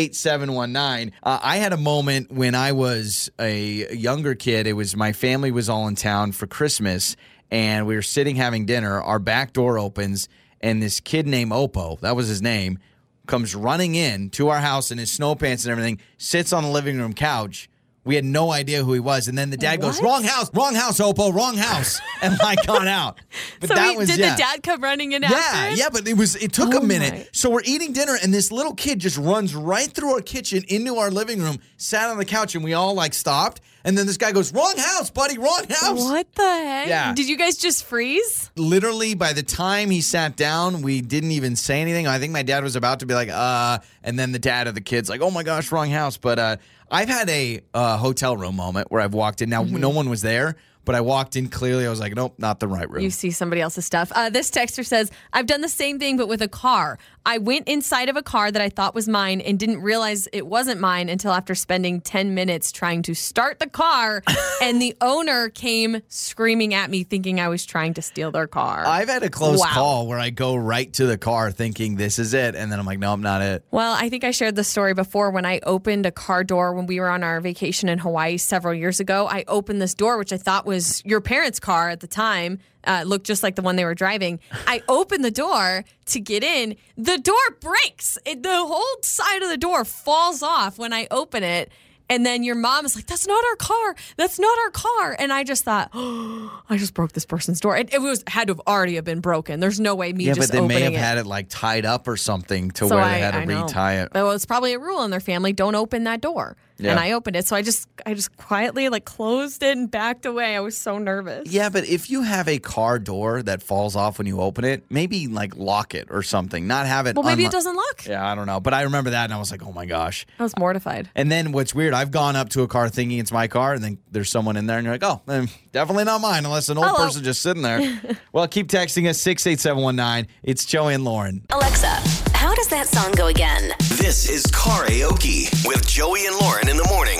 [SPEAKER 1] 68719. Uh, I had a moment when I was a younger kid. It was my family was all in town for Christmas, and we were sitting having dinner. Our back door opens, and this kid named Oppo, that was his name, comes running in to our house in his snow pants and everything, sits on the living room couch. We had no idea who he was. And then the dad goes,
[SPEAKER 2] What?
[SPEAKER 1] Wrong house, wrong house, Oppo, wrong house. And I got out. But
[SPEAKER 2] so
[SPEAKER 1] that
[SPEAKER 2] he-
[SPEAKER 1] was
[SPEAKER 2] did
[SPEAKER 1] yeah.
[SPEAKER 2] the dad come running in
[SPEAKER 1] Yeah,
[SPEAKER 2] after? him?
[SPEAKER 1] yeah, but it was it took
[SPEAKER 2] Oh
[SPEAKER 1] a minute.
[SPEAKER 2] my.
[SPEAKER 1] So we're eating dinner and this little kid just runs right through our kitchen into our living room, sat on the couch and we all like stopped and then this guy goes, "Wrong house, buddy, wrong house."
[SPEAKER 2] What the heck?
[SPEAKER 1] Yeah.
[SPEAKER 2] Did you guys just freeze?
[SPEAKER 1] Literally by the time he sat down, we didn't even say anything. I think my dad was about to be like, "Uh," and then the dad of the kids like, "Oh my gosh, wrong house." But uh I've had a uh, hotel room moment where I've walked in. Now
[SPEAKER 2] Mm-hmm.
[SPEAKER 1] no one was there, but I walked in clearly I was like, "Nope, not the right room."
[SPEAKER 2] You see somebody else's stuff. Uh, this texter says, I've done the same thing, but with a car. I went inside of a car that I thought was mine and didn't realize it wasn't mine until after spending 10 minutes trying to start the car. and the owner came screaming at me, thinking I was trying to steal their car.
[SPEAKER 1] I've had a close
[SPEAKER 2] Wow.
[SPEAKER 1] call where I go right to the car thinking this is it, and then I'm like, no, I'm not it.
[SPEAKER 2] Well, I think I shared the story before when I opened a car door when we were on our vacation in Hawaii several years ago. I opened this door, which I thought was your parents' car at the time. Uh, it looked just like the one they were driving. I opened the door to get in. The door breaks. It, the whole side of the door falls off when I open it. And then your mom is like, that's not our car. That's not our car. And I just thought, oh, I just broke this person's door. It, it was had to have already have been broken. There's no way me
[SPEAKER 1] Yeah,
[SPEAKER 2] just
[SPEAKER 1] but they may
[SPEAKER 2] opening
[SPEAKER 1] have
[SPEAKER 2] it.
[SPEAKER 1] had it like tied up or something to where they had to
[SPEAKER 2] know.
[SPEAKER 1] retie it.
[SPEAKER 2] Well, it's probably a rule in their family: don't open that door.
[SPEAKER 1] Yeah.
[SPEAKER 2] And I opened it, so I just, I just quietly like closed it and backed away. I was so nervous.
[SPEAKER 1] Yeah, but if you have a car door that falls off when you open it, maybe like lock it or something, not have it.
[SPEAKER 2] Well, maybe
[SPEAKER 1] unlo-
[SPEAKER 2] it doesn't look.
[SPEAKER 1] Yeah, I don't know. But I remember that and I was like, oh my gosh.
[SPEAKER 2] I was mortified.
[SPEAKER 1] And then what's weird, I've gone up to a car thinking it's my car, and then there's someone in there, and you're like, oh, eh, definitely not mine, unless an old
[SPEAKER 2] Hello.
[SPEAKER 1] person just sitting there. well, keep texting us 68719. It's Joey and Lauren.
[SPEAKER 3] Alexa, how does that song go again?
[SPEAKER 5] This is Karaoke with Joey and Lauren in the morning.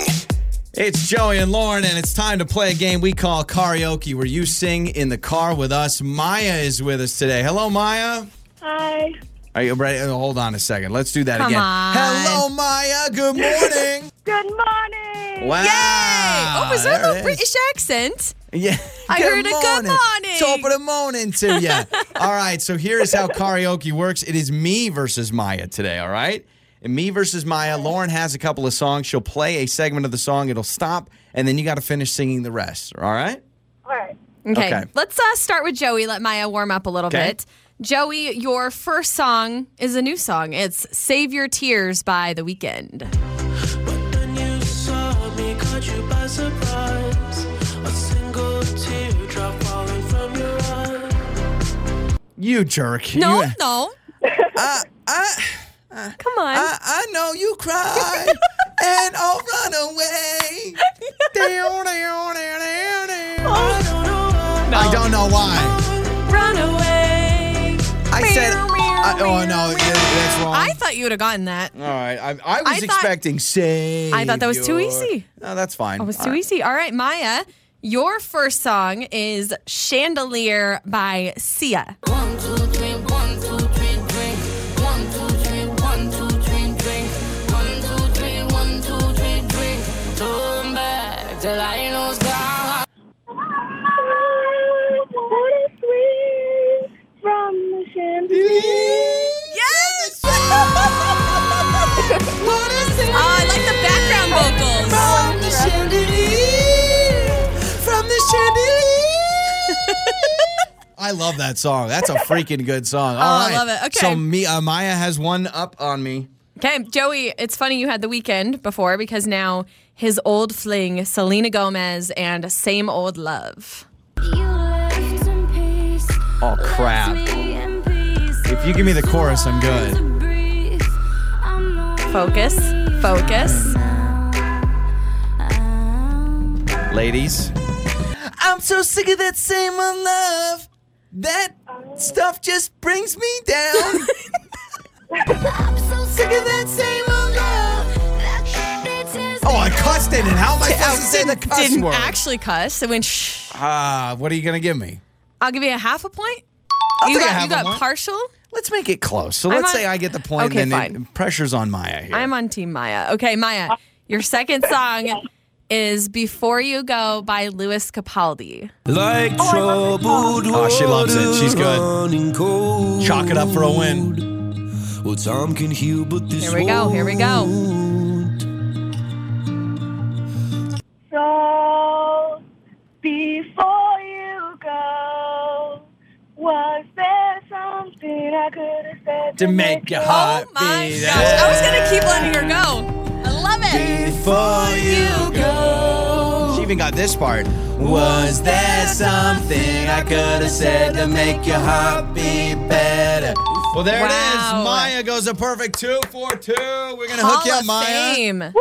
[SPEAKER 1] It's Joey and Lauren, and it's time to play a game we call karaoke, where you sing in the car with us. Maya is with us today. Hello, Maya.
[SPEAKER 4] Hi.
[SPEAKER 1] Are you ready? Oh, Hold on a second. Let's do that
[SPEAKER 2] Come
[SPEAKER 1] again.
[SPEAKER 2] on.
[SPEAKER 1] Hello, Maya. Good morning.
[SPEAKER 4] Good morning.
[SPEAKER 1] wow.
[SPEAKER 2] Oh, was there,
[SPEAKER 1] Ah, There
[SPEAKER 2] a
[SPEAKER 1] it is.
[SPEAKER 2] British accent?
[SPEAKER 1] Yeah.
[SPEAKER 2] I heard a good morning.
[SPEAKER 1] Top of the morning to you. all right. So here is how karaoke works. It is me versus Maya today. All right. And me versus Maya. Lauren has a couple of songs. She'll play a segment of the song. It'll stop, and then you got to finish singing the rest. All right.
[SPEAKER 4] All right.
[SPEAKER 2] Okay.
[SPEAKER 1] Okay.
[SPEAKER 2] Let's uh, start with Joey. Let Maya warm up a little
[SPEAKER 1] Okay.
[SPEAKER 2] bit. Joey, your first song is a new song. It's "Save Your Tears" by The Weeknd.
[SPEAKER 1] You jerk.
[SPEAKER 2] No,
[SPEAKER 1] You-
[SPEAKER 2] no.
[SPEAKER 1] I, I,
[SPEAKER 2] Come on.
[SPEAKER 1] I, I know you cry and I'll run away. I don't know why.
[SPEAKER 2] Run away.
[SPEAKER 1] I said, I, oh no, yeah, that's wrong.
[SPEAKER 2] I thought you would have gotten that.
[SPEAKER 1] All right, I, I was
[SPEAKER 2] I thought-
[SPEAKER 1] expecting save.
[SPEAKER 2] I thought that was too
[SPEAKER 1] your-"
[SPEAKER 2] easy. Oh,
[SPEAKER 1] No, that's fine.
[SPEAKER 2] It was
[SPEAKER 1] All
[SPEAKER 2] too
[SPEAKER 1] right.
[SPEAKER 2] easy. All right, Maya, your first song is Chandelier by Sia.
[SPEAKER 4] What a swing from the chandelier.
[SPEAKER 2] Yes! what is it? Oh, I like the background vocals. From the chandelier. From the chandelier.
[SPEAKER 1] I love that song. That's a freaking good song. All
[SPEAKER 2] Oh, I
[SPEAKER 1] right.
[SPEAKER 2] love it. Okay.
[SPEAKER 1] So me, uh, Maya has one up on me.
[SPEAKER 2] Okay, Joey, it's funny you had the weekend before because now his old fling, Selena Gomez, and Same Old Love.
[SPEAKER 1] Oh, crap. If you give me the chorus, I'm good.
[SPEAKER 2] Focus, focus.
[SPEAKER 1] Mm. Ladies, I'm so sick of that same old love. That stuff just brings me down. sick of that same old love. Oh, I cussed in it. How am I supposed to say the cuss
[SPEAKER 2] Didn't
[SPEAKER 1] word?
[SPEAKER 2] actually cuss. It went shh.
[SPEAKER 1] Ah, what are you gonna give me?
[SPEAKER 2] I'll give you a half a point.
[SPEAKER 1] I'll
[SPEAKER 2] you
[SPEAKER 1] take a
[SPEAKER 2] got
[SPEAKER 1] half
[SPEAKER 2] you
[SPEAKER 1] a
[SPEAKER 2] got
[SPEAKER 1] point.
[SPEAKER 2] partial.
[SPEAKER 1] Let's make it close. So
[SPEAKER 2] I'm
[SPEAKER 1] let's
[SPEAKER 2] on-
[SPEAKER 1] say I get the point,
[SPEAKER 2] Okay,
[SPEAKER 1] and then
[SPEAKER 2] fine.
[SPEAKER 1] It, pressure's on Maya here.
[SPEAKER 2] I'm on Team Maya. Okay, Maya, your second song is Before You Go by Louis Capaldi.
[SPEAKER 8] Like troubled
[SPEAKER 1] Oh, she loves Oh, it. She's good.
[SPEAKER 8] water running cold.
[SPEAKER 1] Chalk it up for a win.
[SPEAKER 8] Well, time can heal, but this
[SPEAKER 2] Here we go, here we go.
[SPEAKER 8] won't.
[SPEAKER 4] So before you go, was there something I could have said
[SPEAKER 1] To make your heart
[SPEAKER 2] Oh my
[SPEAKER 1] beat.
[SPEAKER 2] gosh. I was going to keep letting her go. I love it.
[SPEAKER 1] Before you go. She even got this part. Was there something I could have said to make your heart beat better? Well, there it
[SPEAKER 2] Wow.
[SPEAKER 1] is. Maya goes a perfect two for two. We're going to
[SPEAKER 2] Hall
[SPEAKER 1] hook you up,
[SPEAKER 2] of
[SPEAKER 1] Maya.
[SPEAKER 2] Fame.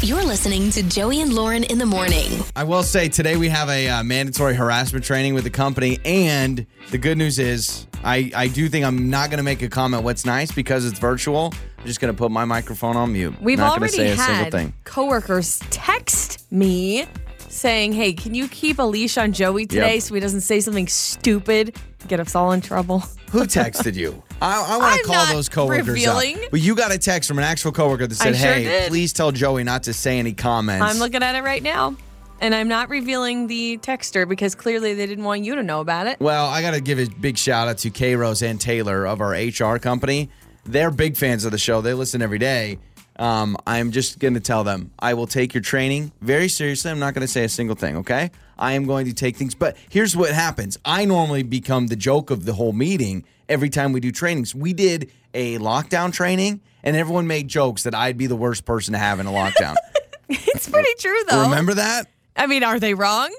[SPEAKER 3] You're listening to Joey and Lauren in the morning.
[SPEAKER 1] I will say today we have a uh, mandatory harassment training with the company, and the good news is I, I do think I'm not going to make a comment. What's nice because it's virtual, I'm just going to put my microphone on mute.
[SPEAKER 2] We've
[SPEAKER 1] not going to
[SPEAKER 2] already
[SPEAKER 1] say a single
[SPEAKER 2] had
[SPEAKER 1] thing.
[SPEAKER 2] coworkers text me saying, "Hey, can you keep a leash on Joey today
[SPEAKER 1] Yep.
[SPEAKER 2] so he doesn't say something stupid, get us all in trouble?"
[SPEAKER 1] Who texted you? I, I want
[SPEAKER 2] I'm
[SPEAKER 1] to call
[SPEAKER 2] not
[SPEAKER 1] those coworkers
[SPEAKER 2] revealing.
[SPEAKER 1] out. But you got a text from an actual coworker that said,
[SPEAKER 2] I sure
[SPEAKER 1] "Hey,
[SPEAKER 2] did.
[SPEAKER 1] please tell Joey not to say any comments."
[SPEAKER 2] I'm looking at it right now, and I'm not revealing the texter because clearly they didn't want you to know about it.
[SPEAKER 1] Well, I got to give a big shout out to K Rose and Taylor of our HR company. They're big fans of the show. They listen every day. Um, I'm just going to tell them I will take your training very seriously. I'm not going to say a single thing, okay? I am going to take things. But here's what happens I normally become the joke of the whole meeting every time we do trainings. We did a lockdown training, and everyone made jokes that I'd be the worst person to have in a lockdown.
[SPEAKER 2] It's pretty true, though.
[SPEAKER 1] Remember that?
[SPEAKER 2] I mean, are they wrong?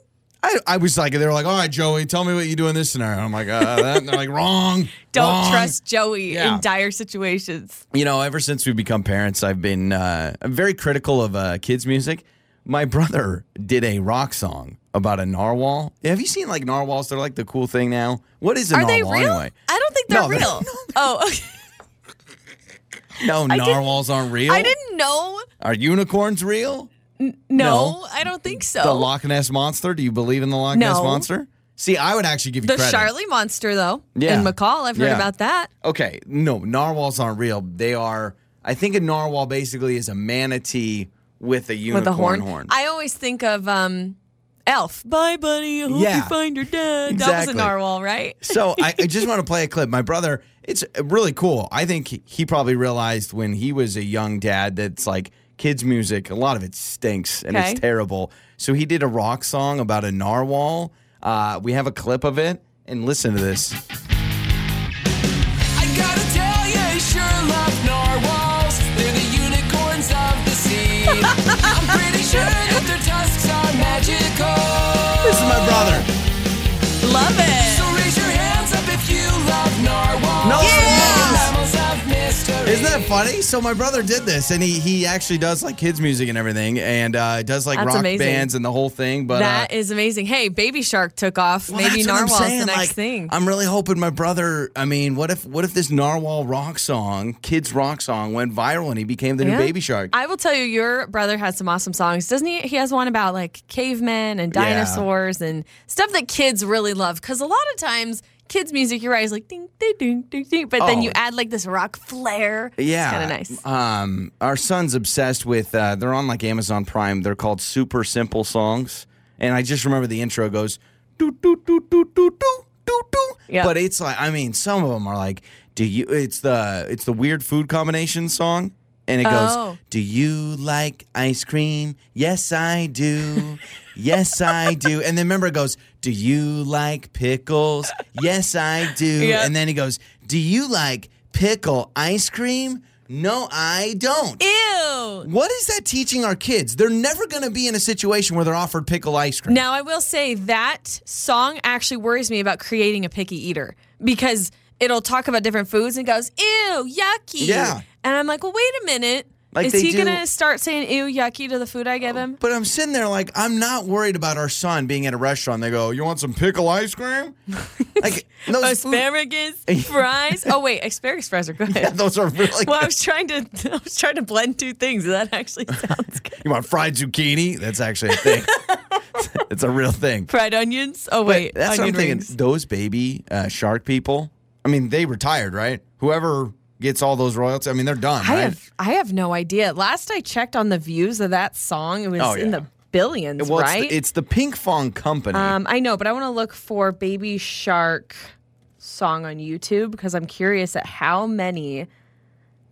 [SPEAKER 1] I, I was like, they were like, all right, Joey, tell me what you do in this scenario. I'm like, uh, that. And they're like, wrong.
[SPEAKER 2] Don't
[SPEAKER 1] wrong."
[SPEAKER 2] trust Joey
[SPEAKER 1] Yeah.
[SPEAKER 2] in dire situations.
[SPEAKER 1] You know, ever since we've become parents, I've been uh, I'm very critical of uh, kids' music. My brother did a rock song about a narwhal. Have you seen like narwhals? They're like the cool thing now. What is a
[SPEAKER 2] Are they
[SPEAKER 1] narwhal
[SPEAKER 2] real?
[SPEAKER 1] anyway?
[SPEAKER 2] I don't think they're
[SPEAKER 1] No, they're-
[SPEAKER 2] real. oh, okay.
[SPEAKER 1] No,
[SPEAKER 2] didn't-
[SPEAKER 1] narwhals aren't real.
[SPEAKER 2] I didn't know.
[SPEAKER 1] Are unicorns real?
[SPEAKER 2] No, I don't think so.
[SPEAKER 1] The Loch Ness monster? Do you believe in the Loch Ness
[SPEAKER 2] No.
[SPEAKER 1] monster? See, I would actually give you
[SPEAKER 2] The
[SPEAKER 1] credit.
[SPEAKER 2] Charlie monster, though,
[SPEAKER 1] Yeah.
[SPEAKER 2] in McCall, I've heard
[SPEAKER 1] Yeah.
[SPEAKER 2] about that.
[SPEAKER 1] Okay, no, narwhals aren't real. They are. I think a narwhal basically is a manatee with a unicorn
[SPEAKER 2] with a horn.
[SPEAKER 1] horn.
[SPEAKER 2] I always think of um, Elf. Bye, buddy. I hope you
[SPEAKER 1] Yeah.
[SPEAKER 2] find your dad. That was
[SPEAKER 1] Exactly.
[SPEAKER 2] a narwhal, right?
[SPEAKER 1] So I, I just want to play a clip. My brother, it's really cool. I think he- he probably realized when he was a young dad that's like kids' music, a lot of it stinks and
[SPEAKER 2] Okay.
[SPEAKER 1] it's terrible. So he did a rock song about a narwhal. Uh, we have a clip of it, and listen to this.
[SPEAKER 9] I gotta tell you, I sure love narwhals. They're the unicorns of the sea. I'm pretty sure that their tusks are magical.
[SPEAKER 1] This is my brother.
[SPEAKER 2] Love
[SPEAKER 9] So
[SPEAKER 2] it.
[SPEAKER 9] raise your hands up if you love narwhals.
[SPEAKER 1] No,
[SPEAKER 9] They're
[SPEAKER 1] yes!
[SPEAKER 9] mammals of mystery.
[SPEAKER 1] Isn't that funny? So my brother did this, and he he actually does like kids' music and everything, and uh, does like
[SPEAKER 2] That's
[SPEAKER 1] rock
[SPEAKER 2] amazing.
[SPEAKER 1] bands and the whole thing. But uh,
[SPEAKER 2] That is amazing. Hey, Baby Shark took off.
[SPEAKER 1] Well,
[SPEAKER 2] Maybe
[SPEAKER 1] that's what I'm
[SPEAKER 2] narwhal's
[SPEAKER 1] saying,
[SPEAKER 2] the next
[SPEAKER 1] like,
[SPEAKER 2] thing.
[SPEAKER 1] I'm really hoping my brother. I mean, what if what if this narwhal rock song, kids rock song, went viral and he became the
[SPEAKER 2] Yeah.
[SPEAKER 1] new Baby Shark?
[SPEAKER 2] I will tell you, your brother has some awesome songs, doesn't he? He has one about like cavemen and dinosaurs and stuff that kids really love. Because a lot of times, kids' music, you're always like ding, ding, ding, ding, ding, but then
[SPEAKER 1] Oh.
[SPEAKER 2] you add like this rock flair.
[SPEAKER 1] yeah,
[SPEAKER 2] it's kind of nice.
[SPEAKER 1] Um, our son's obsessed with. Uh, they're on like Amazon Prime. They're called Super Simple Songs, and I just remember the intro goes do do do do do do do do.
[SPEAKER 2] Yeah.
[SPEAKER 1] But it's like I mean, some of them are like, do you? It's the it's the weird food combination song. And it goes,
[SPEAKER 2] Oh.
[SPEAKER 1] Do you like ice cream? Yes, I do. yes, I do. And then remember, it goes, Do you like pickles? Yes, I do.
[SPEAKER 2] Yep.
[SPEAKER 1] And then he goes, Do you like pickle ice cream? No, I don't.
[SPEAKER 2] Ew.
[SPEAKER 1] What is that teaching our kids? They're never going to be in a situation where they're offered pickle ice cream.
[SPEAKER 2] Now, I will say that song actually worries me about creating a picky eater because it'll talk about different foods and goes, ew, yucky.
[SPEAKER 1] Yeah.
[SPEAKER 2] And I'm like, well, wait a minute.
[SPEAKER 1] Like
[SPEAKER 2] Is
[SPEAKER 1] they
[SPEAKER 2] he
[SPEAKER 1] do- Oh.
[SPEAKER 2] going to start saying, ew, yucky to the food I give him?
[SPEAKER 1] But I'm sitting there like, I'm not worried about our son being at a restaurant. They go, You want some pickle ice cream? like, those, food-
[SPEAKER 2] Asparagus, fries. Oh, wait, asparagus fries are good.
[SPEAKER 1] those are really
[SPEAKER 2] well, I
[SPEAKER 1] good.
[SPEAKER 2] was trying to, I was trying to blend two things. That actually sounds good.
[SPEAKER 1] You want fried zucchini? That's actually a thing. it's a real thing.
[SPEAKER 2] Fried onions. Oh,
[SPEAKER 1] But
[SPEAKER 2] wait,
[SPEAKER 1] that's what I'm
[SPEAKER 2] onion
[SPEAKER 1] thinking.
[SPEAKER 2] rings.
[SPEAKER 1] Those baby uh, shark people, I mean, they retired, right? Whoever gets all those royalties, I mean, they're done,
[SPEAKER 2] I
[SPEAKER 1] right?
[SPEAKER 2] have I have no idea. Last I checked on the views of that song, it was
[SPEAKER 1] Oh,
[SPEAKER 2] in
[SPEAKER 1] yeah.
[SPEAKER 2] the billions,
[SPEAKER 1] well,
[SPEAKER 2] right?
[SPEAKER 1] it's, the, it's the Pink Fong Company.
[SPEAKER 2] um, I know, but I want to look for Baby Shark song on YouTube because I'm curious at how many.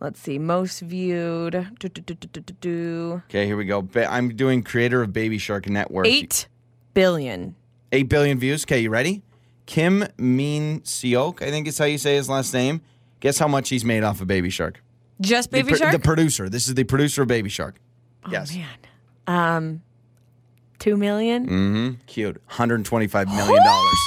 [SPEAKER 2] Let's see, most viewed. do, do, do, do, do, do, do,
[SPEAKER 1] okay, here we go. Ba- I'm doing creator of Baby Shark Network.
[SPEAKER 2] Eight billion.
[SPEAKER 1] 8 billion views. Okay, you ready? Kim Min Seok, I think is how you say his last name. Guess how much he's made off of Baby Shark?
[SPEAKER 2] Just
[SPEAKER 1] The
[SPEAKER 2] Baby
[SPEAKER 1] pro-
[SPEAKER 2] Shark. Oh,
[SPEAKER 1] The producer. This is the producer of Baby Shark. yes.
[SPEAKER 2] Man, um, two million.
[SPEAKER 1] Mm-hmm. Cute. $125 million. dollars.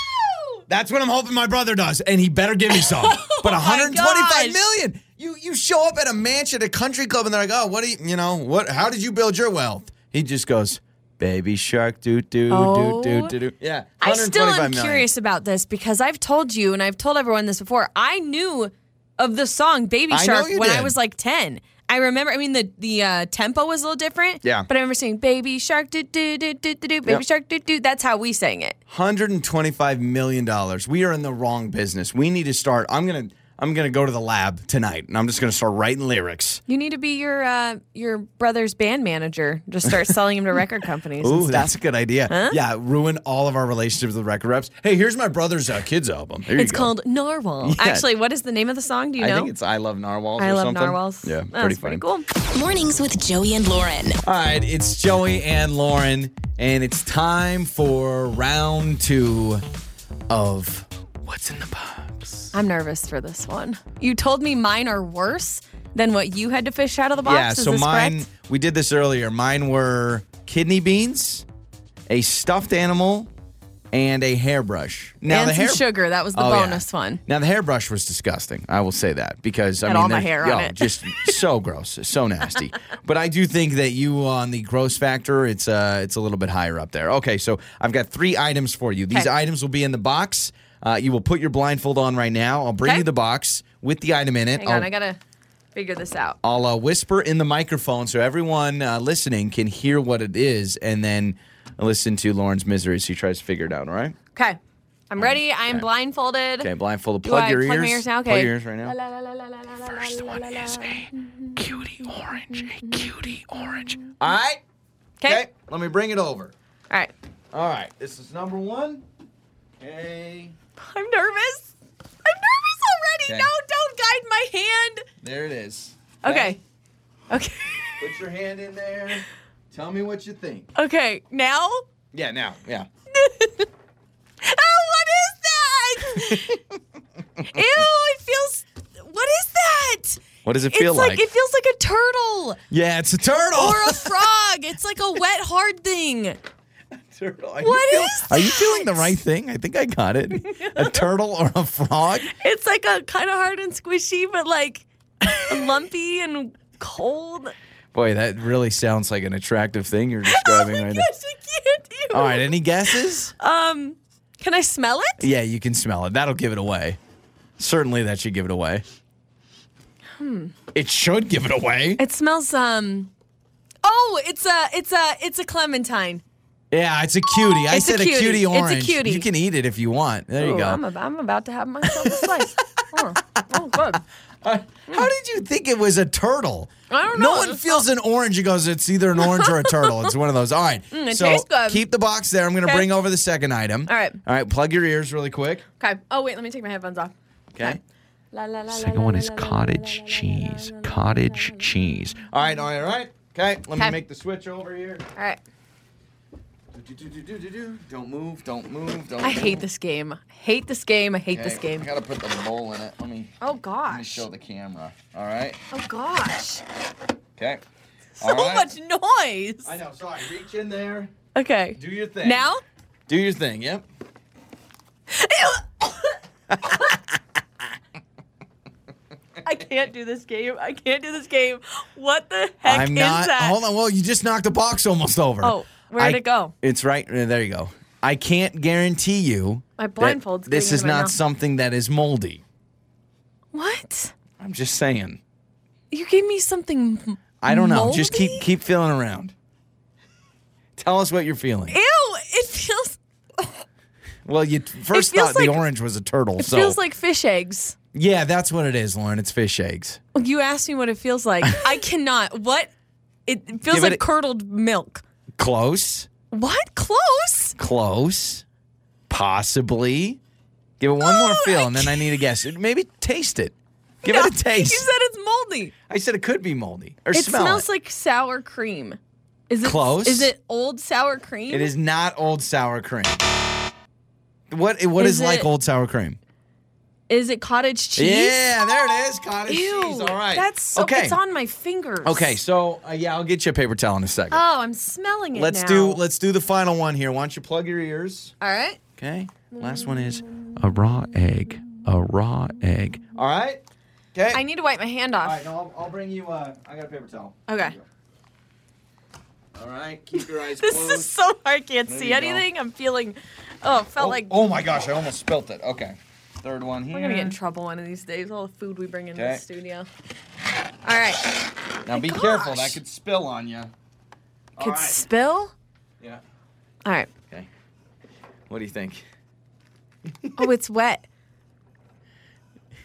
[SPEAKER 1] That's what I'm hoping my brother does, and he better give me some. but
[SPEAKER 2] Oh my
[SPEAKER 1] 125
[SPEAKER 2] gosh.
[SPEAKER 1] million. You you show up at a mansion, at a country club, and they're like, oh, what do you, you know, what? How did you build your wealth? He just goes, baby shark, doo doo
[SPEAKER 2] Oh.
[SPEAKER 1] doo doo doo doo. Yeah,
[SPEAKER 2] I still am
[SPEAKER 1] 125 million.
[SPEAKER 2] curious about this because I've told you and I've told everyone this before. I knew of the song Baby
[SPEAKER 1] I know
[SPEAKER 2] Shark
[SPEAKER 1] you
[SPEAKER 2] when I
[SPEAKER 1] did.
[SPEAKER 2] was like 10. I remember, I mean, the, the uh, tempo was a little different.
[SPEAKER 1] Yeah.
[SPEAKER 2] But I remember saying, Baby Shark, do, do, do, do, do, do, Baby
[SPEAKER 1] Yep.
[SPEAKER 2] Shark, do, do. That's how we sang it.
[SPEAKER 1] 125 million dollars. We are in the wrong business. We need to start. I'm gonna I'm gonna go to the lab tonight, and I'm just gonna start writing lyrics.
[SPEAKER 2] You need to be your uh, your brother's band manager. Just start selling him to record companies and
[SPEAKER 1] Ooh,
[SPEAKER 2] stuff.
[SPEAKER 1] that's a good idea. Yeah, ruin all of our relationships with record reps. Hey, here's my brother's uh, kids album. Here you
[SPEAKER 2] it's
[SPEAKER 1] go.
[SPEAKER 2] called Narwhal. Actually, what is the name of the song? Do you
[SPEAKER 1] I
[SPEAKER 2] know?
[SPEAKER 1] think it's I Love Narwhals.
[SPEAKER 2] I
[SPEAKER 1] or
[SPEAKER 2] Love
[SPEAKER 1] something.
[SPEAKER 2] Narwhals.
[SPEAKER 1] Yeah,
[SPEAKER 2] That's
[SPEAKER 1] pretty,
[SPEAKER 2] pretty
[SPEAKER 1] funny.
[SPEAKER 2] cool.
[SPEAKER 3] Mornings with Joey and Lauren.
[SPEAKER 1] All right, it's Joey and Lauren, and it's time for round two of What's in the Box.
[SPEAKER 2] I'm nervous for this one. You told me mine are worse than what you had to fish out of the box.
[SPEAKER 1] Yeah,
[SPEAKER 2] Is
[SPEAKER 1] so
[SPEAKER 2] this
[SPEAKER 1] mine,
[SPEAKER 2] correct?
[SPEAKER 1] we did this earlier. Mine were kidney beans, a stuffed animal, and a hairbrush. Now,
[SPEAKER 2] and
[SPEAKER 1] the hair,
[SPEAKER 2] some sugar. That was the
[SPEAKER 1] Oh, yeah.
[SPEAKER 2] bonus one.
[SPEAKER 1] Now the hairbrush was disgusting. I will say that because I
[SPEAKER 2] Had
[SPEAKER 1] mean,
[SPEAKER 2] all my
[SPEAKER 1] there's-
[SPEAKER 2] hair on
[SPEAKER 1] oh,
[SPEAKER 2] it.
[SPEAKER 1] just so gross, so nasty. But I do think that you on the gross factor, it's uh, it's a little bit higher up there. Okay, so I've got three items for you. These
[SPEAKER 2] Okay.
[SPEAKER 1] items will be in the box. Uh, you will put your blindfold on right now. I'll bring
[SPEAKER 2] Okay.
[SPEAKER 1] you the box with the item in it.
[SPEAKER 2] Hang on,
[SPEAKER 1] I'll-
[SPEAKER 2] I gotta figure this out.
[SPEAKER 1] I'll uh, whisper in the microphone so everyone uh, listening can hear what it is and then listen to Lauren's misery as she tries to figure it out, all right?
[SPEAKER 2] Okay, I'm ready. I am blindfolded.
[SPEAKER 1] Okay, blindfolded.
[SPEAKER 2] Do
[SPEAKER 1] Plug
[SPEAKER 2] I
[SPEAKER 1] your
[SPEAKER 2] plug
[SPEAKER 1] ears.
[SPEAKER 2] my ears now? Okay.
[SPEAKER 1] Plug your ears right now.
[SPEAKER 2] First one is a
[SPEAKER 1] cutie orange, a cutie orange. All right.
[SPEAKER 2] Mm-hmm. okay.
[SPEAKER 1] Okay. Let me bring it over.
[SPEAKER 2] All right.
[SPEAKER 1] All right. This is number one. Okay.
[SPEAKER 2] I'm nervous. I'm nervous already.
[SPEAKER 1] Okay.
[SPEAKER 2] No, don't guide my hand.
[SPEAKER 1] There it is.
[SPEAKER 2] Okay. Okay.
[SPEAKER 1] Put your hand in there. Tell me what you think.
[SPEAKER 2] Okay. Now.
[SPEAKER 1] Yeah. Now. Yeah.
[SPEAKER 2] Oh, what is that? Ew! It feels. What is that?
[SPEAKER 1] What does it
[SPEAKER 2] It's
[SPEAKER 1] feel
[SPEAKER 2] like,
[SPEAKER 1] like?
[SPEAKER 2] it feels like a turtle
[SPEAKER 1] yeah, it's a turtle.
[SPEAKER 2] or a frog. it's like a wet hard thing.
[SPEAKER 1] turtle. Are
[SPEAKER 2] What
[SPEAKER 1] you feel-
[SPEAKER 2] is
[SPEAKER 1] Are you doing the
[SPEAKER 2] that?
[SPEAKER 1] right thing? I think I got it. a turtle or a frog?
[SPEAKER 2] It's like a kind of hard and squishy, but like lumpy and cold.
[SPEAKER 1] Boy, that really sounds like an attractive thing you're describing
[SPEAKER 2] oh my
[SPEAKER 1] right
[SPEAKER 2] gosh,
[SPEAKER 1] now.
[SPEAKER 2] I can't do.
[SPEAKER 1] All right, any guesses?
[SPEAKER 2] Um, can I smell it?
[SPEAKER 1] yeah, you can smell it. That'll give it away. Certainly, that should give it away. Hmm. It should give it away.
[SPEAKER 2] It smells um. Oh, it's a it's a it's a clementine.
[SPEAKER 1] Yeah, it's a cutie. I
[SPEAKER 2] It's a
[SPEAKER 1] said
[SPEAKER 2] cutie. It's a
[SPEAKER 1] orange.
[SPEAKER 2] cutie.
[SPEAKER 1] You can eat it if you want. There you
[SPEAKER 2] Ooh,
[SPEAKER 1] go.
[SPEAKER 2] Oh, I'm, ab- I'm about to have myself a slice. oh, oh, good.
[SPEAKER 1] How did you think it was a turtle?
[SPEAKER 2] I don't
[SPEAKER 1] No
[SPEAKER 2] know.
[SPEAKER 1] one
[SPEAKER 2] It's
[SPEAKER 1] feels an orange and goes, it's either an orange or a turtle. It's one of those. All right.
[SPEAKER 2] Mm, it
[SPEAKER 1] so
[SPEAKER 2] tastes good.
[SPEAKER 1] keep the box there. I'm going to
[SPEAKER 2] Okay.
[SPEAKER 1] bring over the second item.
[SPEAKER 2] All right.
[SPEAKER 1] All right. Plug your ears really quick.
[SPEAKER 2] Okay. Oh wait, let me take my headphones off.
[SPEAKER 1] Okay.
[SPEAKER 2] La, la, la,
[SPEAKER 1] Second one is cottage cheese. Cottage cheese. All right. All right. All right. Okay. Let me
[SPEAKER 2] Okay.
[SPEAKER 1] make the switch over here.
[SPEAKER 2] All right.
[SPEAKER 1] Do-do-do-do-do-do. Don't move, don't move, don't
[SPEAKER 2] I hate this game. I hate this game. I hate this
[SPEAKER 1] Okay,
[SPEAKER 2] game.
[SPEAKER 1] I gotta put the bowl in it. Let me
[SPEAKER 2] Oh
[SPEAKER 1] let me
[SPEAKER 2] gosh.
[SPEAKER 1] show the camera. All right.
[SPEAKER 2] Oh gosh.
[SPEAKER 1] Okay.
[SPEAKER 2] So much noise.
[SPEAKER 1] I know. Sorry. Reach in there.
[SPEAKER 2] Okay.
[SPEAKER 1] Do your thing.
[SPEAKER 2] Now?
[SPEAKER 1] Do your thing. Yep.
[SPEAKER 2] I can't do this game. I can't do this game. What the heck
[SPEAKER 1] I'm
[SPEAKER 2] is
[SPEAKER 1] not.
[SPEAKER 2] that?
[SPEAKER 1] Hold on. Well, you just knocked the box almost over.
[SPEAKER 2] Oh, where'd
[SPEAKER 1] I-
[SPEAKER 2] it go?
[SPEAKER 1] It's right uh, there. You go. I can't guarantee you.
[SPEAKER 2] My
[SPEAKER 1] that
[SPEAKER 2] blindfold's
[SPEAKER 1] This
[SPEAKER 2] getting
[SPEAKER 1] is
[SPEAKER 2] in my
[SPEAKER 1] not
[SPEAKER 2] mouth.
[SPEAKER 1] something that is moldy.
[SPEAKER 2] What?
[SPEAKER 1] I'm just saying.
[SPEAKER 2] You gave me something. m-
[SPEAKER 1] I don't know. Just keep
[SPEAKER 2] Moldy?
[SPEAKER 1] keep feeling around. Tell us what you're feeling.
[SPEAKER 2] Ew! It feels
[SPEAKER 1] well, you t- first
[SPEAKER 2] feels
[SPEAKER 1] thought the
[SPEAKER 2] like-
[SPEAKER 1] orange was a turtle. so
[SPEAKER 2] feels like fish eggs.
[SPEAKER 1] yeah, that's what it is, Lauren. It's fish eggs.
[SPEAKER 2] You asked me what it feels like. I cannot. What? It
[SPEAKER 1] Give
[SPEAKER 2] feels
[SPEAKER 1] it
[SPEAKER 2] like
[SPEAKER 1] a-
[SPEAKER 2] curdled milk.
[SPEAKER 1] Close,
[SPEAKER 2] What? Close.
[SPEAKER 1] close, possibly. Give it one more feel, and then I need a guess. Maybe taste it. Give
[SPEAKER 2] No,
[SPEAKER 1] it a taste.
[SPEAKER 2] You said it's moldy.
[SPEAKER 1] I said it could be moldy or
[SPEAKER 2] It
[SPEAKER 1] smell
[SPEAKER 2] smells
[SPEAKER 1] it.
[SPEAKER 2] like sour cream. Is it
[SPEAKER 1] Close.
[SPEAKER 2] Is it old sour cream?
[SPEAKER 1] it is not old sour cream. What what is,
[SPEAKER 2] Is
[SPEAKER 1] like
[SPEAKER 2] it-
[SPEAKER 1] old sour cream?
[SPEAKER 2] Is it cottage cheese?
[SPEAKER 1] Yeah, there it is, cottage
[SPEAKER 2] Ew.
[SPEAKER 1] cheese. All right,
[SPEAKER 2] That's so.
[SPEAKER 1] okay.
[SPEAKER 2] It's on my fingers.
[SPEAKER 1] Okay, so uh, yeah, I'll get you a paper towel in a second.
[SPEAKER 2] Oh, I'm smelling it.
[SPEAKER 1] let's
[SPEAKER 2] now.
[SPEAKER 1] do let's do the final one here. Why don't you plug your ears?
[SPEAKER 2] All right.
[SPEAKER 1] Okay. Last one is a raw egg. A raw egg. All right. Okay.
[SPEAKER 2] I need to wipe my hand off.
[SPEAKER 1] All right. No, I'll, I'll bring you. Uh, I got a paper towel.
[SPEAKER 2] Okay.
[SPEAKER 1] Here you go. All right. Keep your eyes
[SPEAKER 2] This
[SPEAKER 1] closed.
[SPEAKER 2] is so hard. I can't
[SPEAKER 1] There
[SPEAKER 2] see
[SPEAKER 1] you go.
[SPEAKER 2] anything. I'm feeling. Oh, it felt
[SPEAKER 1] oh,
[SPEAKER 2] like
[SPEAKER 1] oh my gosh! I almost spilt it. Okay. Third one here.
[SPEAKER 2] we're gonna get in trouble one of these days. All the food we bring into
[SPEAKER 1] Okay.
[SPEAKER 2] the studio. All right.
[SPEAKER 1] Now be
[SPEAKER 2] gosh.
[SPEAKER 1] careful. That could spill on you. All
[SPEAKER 2] Could
[SPEAKER 1] right.
[SPEAKER 2] spill.
[SPEAKER 1] yeah.
[SPEAKER 2] All right.
[SPEAKER 1] Okay. What do you think?
[SPEAKER 2] Oh, it's wet.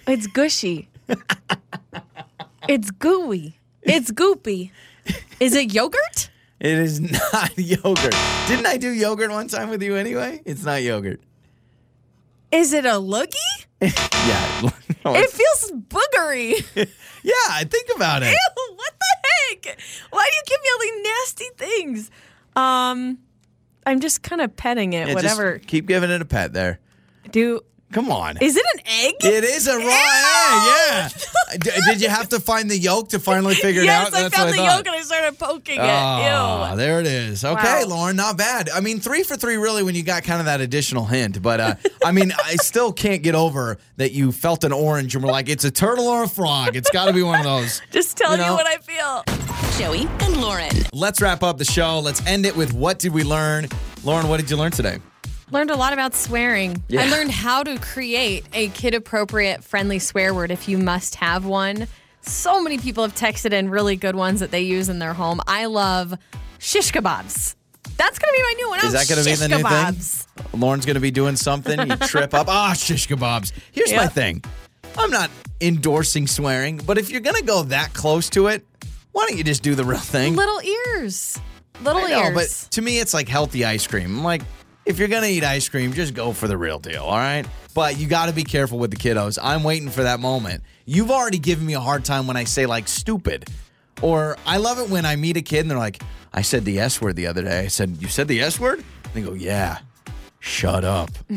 [SPEAKER 2] It's gushy. it's gooey. It's goopy. Is it yogurt?
[SPEAKER 1] It is not yogurt. Didn't I do yogurt one time with you anyway? It's not yogurt.
[SPEAKER 2] Is it a loogie?
[SPEAKER 1] Yeah. no,
[SPEAKER 2] It
[SPEAKER 1] it's-
[SPEAKER 2] feels boogery. Ew,
[SPEAKER 1] yeah, think about it.
[SPEAKER 2] what the heck? Why do you give me all these nasty things? Um, I'm just kind of petting it.
[SPEAKER 1] Yeah, just
[SPEAKER 2] whatever.
[SPEAKER 1] keep giving it a pet there.
[SPEAKER 2] Do
[SPEAKER 1] Come on.
[SPEAKER 2] is it an egg?
[SPEAKER 1] it is a raw egg. Yeah. D- did you have to find the yolk to finally figure
[SPEAKER 2] yes,
[SPEAKER 1] it out?
[SPEAKER 2] I
[SPEAKER 1] That's
[SPEAKER 2] found
[SPEAKER 1] what
[SPEAKER 2] the
[SPEAKER 1] thought.
[SPEAKER 2] yolk and I started poking
[SPEAKER 1] Ah,
[SPEAKER 2] it. Ew.
[SPEAKER 1] there it is. Okay,
[SPEAKER 2] Wow.
[SPEAKER 1] Lauren, not bad. I mean, three for three, really, when you got kind of that additional hint. But uh, I mean, I still can't get over that you felt an orange and were like, it's a turtle or a frog. It's got to be one of those.
[SPEAKER 2] Just telling you,
[SPEAKER 1] know-
[SPEAKER 2] what I feel.
[SPEAKER 3] Joey and Lauren.
[SPEAKER 1] Let's wrap up the show. Let's end it with what did we learn? Lauren, what did you learn today?
[SPEAKER 2] Learned a lot about swearing.
[SPEAKER 1] Yeah.
[SPEAKER 2] I learned how to create a kid appropriate friendly swear word if you must have one. So many people have texted in really good ones that they use in their home. I love shish kebabs. That's gonna be my new one. Oh,
[SPEAKER 1] Is that
[SPEAKER 2] gonna
[SPEAKER 1] going to be the new thing? Lauren's going to be doing something. You trip up. Ah, shish kebabs. Here's my
[SPEAKER 2] Yep.
[SPEAKER 1] thing. I'm not endorsing swearing, but if you're going to go that close to it, why don't you just do the real thing?
[SPEAKER 2] Little ears. Little
[SPEAKER 1] I know,
[SPEAKER 2] ears.
[SPEAKER 1] but to me, it's like healthy ice cream. I'm like, if you're going to eat ice cream, just go for the real deal, all right? But you got to be careful with the kiddos. I'm waiting for that moment. You've already given me a hard time when I say, like, stupid. Or I love it when I meet a kid and they're like, I said the S word the other day. I said, You said the S word? They go, Yeah, shut up.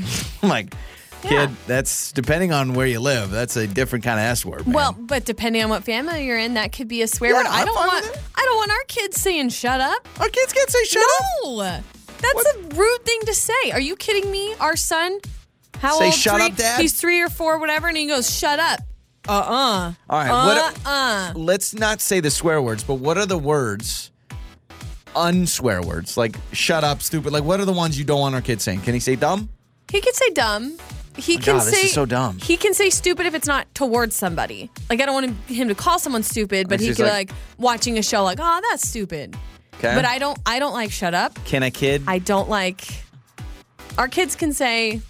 [SPEAKER 1] I'm like, Kid, that's depending on where you live, that's a different kind of S word. man."
[SPEAKER 2] Well, but depending on what family you're in, that could be a swear
[SPEAKER 1] Yeah,
[SPEAKER 2] word. I
[SPEAKER 1] I'm
[SPEAKER 2] don't
[SPEAKER 1] fine
[SPEAKER 2] want
[SPEAKER 1] with it.
[SPEAKER 2] I don't want our kids saying shut up.
[SPEAKER 1] our kids can't say shut up.
[SPEAKER 2] no. That's a rude thing to say. Are you kidding me? Our son, how
[SPEAKER 1] Say,
[SPEAKER 2] old?
[SPEAKER 1] "Shut
[SPEAKER 2] three,
[SPEAKER 1] up, Dad."
[SPEAKER 2] He's three or four, whatever, and he goes, "Shut up." Uh uh
[SPEAKER 1] All right,
[SPEAKER 2] Uh
[SPEAKER 1] what-
[SPEAKER 2] uh.
[SPEAKER 1] let's not say the swear words, but what are the words, unswear words? Like shut up, stupid. Like what are the ones you don't want our kids saying? Can he say dumb?
[SPEAKER 2] He can say dumb. He
[SPEAKER 1] Oh My
[SPEAKER 2] can
[SPEAKER 1] God,
[SPEAKER 2] say
[SPEAKER 1] this is so dumb.
[SPEAKER 2] He can say stupid if it's not towards somebody. Like I don't want him, him to call someone stupid, but
[SPEAKER 1] It's
[SPEAKER 2] he
[SPEAKER 1] just
[SPEAKER 2] could
[SPEAKER 1] like-
[SPEAKER 2] like, watching a show like, "Oh, that's stupid."
[SPEAKER 1] Okay.
[SPEAKER 2] But I don't. I don't like shut up.
[SPEAKER 1] can a kid.
[SPEAKER 2] I don't like. Our kids can say,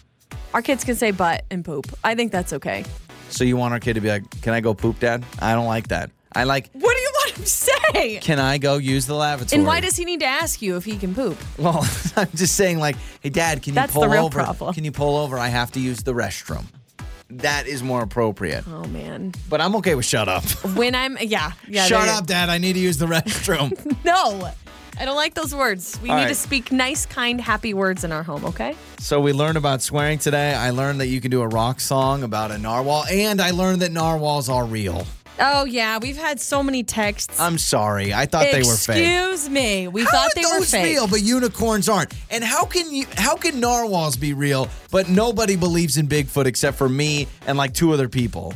[SPEAKER 2] our kids can say butt and poop. I think that's okay.
[SPEAKER 1] so you want our kid to be like, can I go poop, Dad? I don't like that. I like.
[SPEAKER 2] What do you want him to say?
[SPEAKER 1] Can I go use the lavatory?
[SPEAKER 2] And why does he need to ask you if he can poop?
[SPEAKER 1] Well, I'm just saying, like, hey, Dad, can
[SPEAKER 2] That's
[SPEAKER 1] you
[SPEAKER 2] the
[SPEAKER 1] pull
[SPEAKER 2] real
[SPEAKER 1] over?
[SPEAKER 2] problem.
[SPEAKER 1] Can you pull over? I have to use the restroom. That is more appropriate.
[SPEAKER 2] Oh man.
[SPEAKER 1] But I'm okay with shut up.
[SPEAKER 2] When I'm yeah yeah.
[SPEAKER 1] shut
[SPEAKER 2] there-
[SPEAKER 1] up, Dad. I need to use the restroom.
[SPEAKER 2] No. I don't like those words. We
[SPEAKER 1] All
[SPEAKER 2] need
[SPEAKER 1] right.
[SPEAKER 2] to speak nice, kind, happy words in our home, okay?
[SPEAKER 1] So we learned about swearing today. I learned that you can do a rock song about a narwhal, and I learned that narwhals are real.
[SPEAKER 2] Oh, yeah. We've had so many texts.
[SPEAKER 1] I'm sorry. I thought they were fake.
[SPEAKER 2] Excuse me. We
[SPEAKER 1] How
[SPEAKER 2] thought
[SPEAKER 1] are
[SPEAKER 2] they
[SPEAKER 1] those
[SPEAKER 2] were fake.
[SPEAKER 1] real, but unicorns aren't? And how can you? How can narwhals be real, but nobody believes in Bigfoot except for me and like two other people?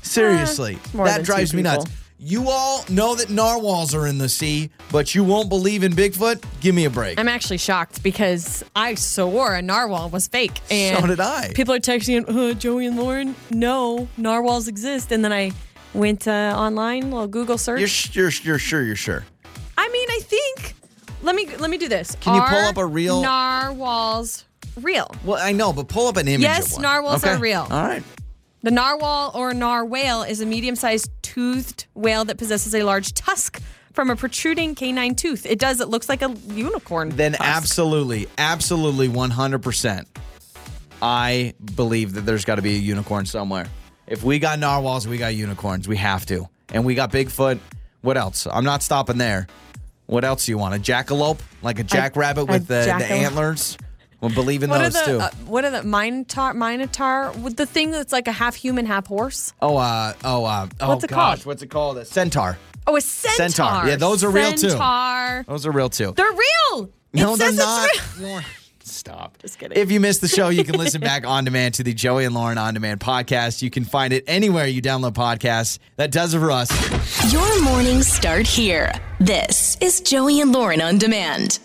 [SPEAKER 1] Seriously,
[SPEAKER 2] Eh, more
[SPEAKER 1] that
[SPEAKER 2] than
[SPEAKER 1] drives
[SPEAKER 2] two
[SPEAKER 1] me nuts.
[SPEAKER 2] people.
[SPEAKER 1] You all know that narwhals are in the sea, but you won't believe in Bigfoot. Give me a break.
[SPEAKER 2] I'm actually shocked because I swore a narwhal was fake. And
[SPEAKER 1] so did I.
[SPEAKER 2] People are texting, uh, Joey and Lauren, no, narwhals exist. And then I went uh, online, little Google search.
[SPEAKER 1] You're, sh- you're, sh- you're sure. You're sure.
[SPEAKER 2] I mean, I think. Let me let me do this.
[SPEAKER 1] Can you pull
[SPEAKER 2] Are
[SPEAKER 1] up a real-
[SPEAKER 2] narwhals? Real.
[SPEAKER 1] Well, I know, but pull up an image.
[SPEAKER 2] Yes,
[SPEAKER 1] of one.
[SPEAKER 2] narwhals
[SPEAKER 1] Okay.
[SPEAKER 2] are real.
[SPEAKER 1] All right.
[SPEAKER 2] The narwhal or narwhale is a medium sized toothed whale that possesses a large tusk from a protruding canine tooth. It does, it looks like a unicorn.
[SPEAKER 1] Then
[SPEAKER 2] tusk.
[SPEAKER 1] absolutely, absolutely 100%. I believe that there's got to be a unicorn somewhere. If we got narwhals, we got unicorns. We have to. And we got Bigfoot. What else? I'm not stopping there. What else do you want? A jackalope? Like a jackrabbit with the,
[SPEAKER 2] jackalope.
[SPEAKER 1] the antlers? Well, believe in
[SPEAKER 2] What are
[SPEAKER 1] those
[SPEAKER 2] the
[SPEAKER 1] too.
[SPEAKER 2] uh, what are the minotaur minotaur with the thing that's like a half human half horse?
[SPEAKER 1] oh, uh, oh, uh, oh
[SPEAKER 2] what's it
[SPEAKER 1] gosh,
[SPEAKER 2] called?
[SPEAKER 1] what's it called? A centaur.
[SPEAKER 2] Oh, a centaur.
[SPEAKER 1] Yeah, those are real, too.
[SPEAKER 2] Centaur.
[SPEAKER 1] Those are real too.
[SPEAKER 2] They're real.
[SPEAKER 1] No,
[SPEAKER 2] it
[SPEAKER 1] they're
[SPEAKER 2] says it's
[SPEAKER 1] not.
[SPEAKER 2] real.
[SPEAKER 1] Lauren, Stop. Just
[SPEAKER 2] kidding.
[SPEAKER 1] If you missed the show, you can listen back on demand to the Joey and Lauren on demand podcast. You can find it anywhere you download podcasts. That does it for us.
[SPEAKER 3] Your mornings start here. This is Joey and Lauren on demand.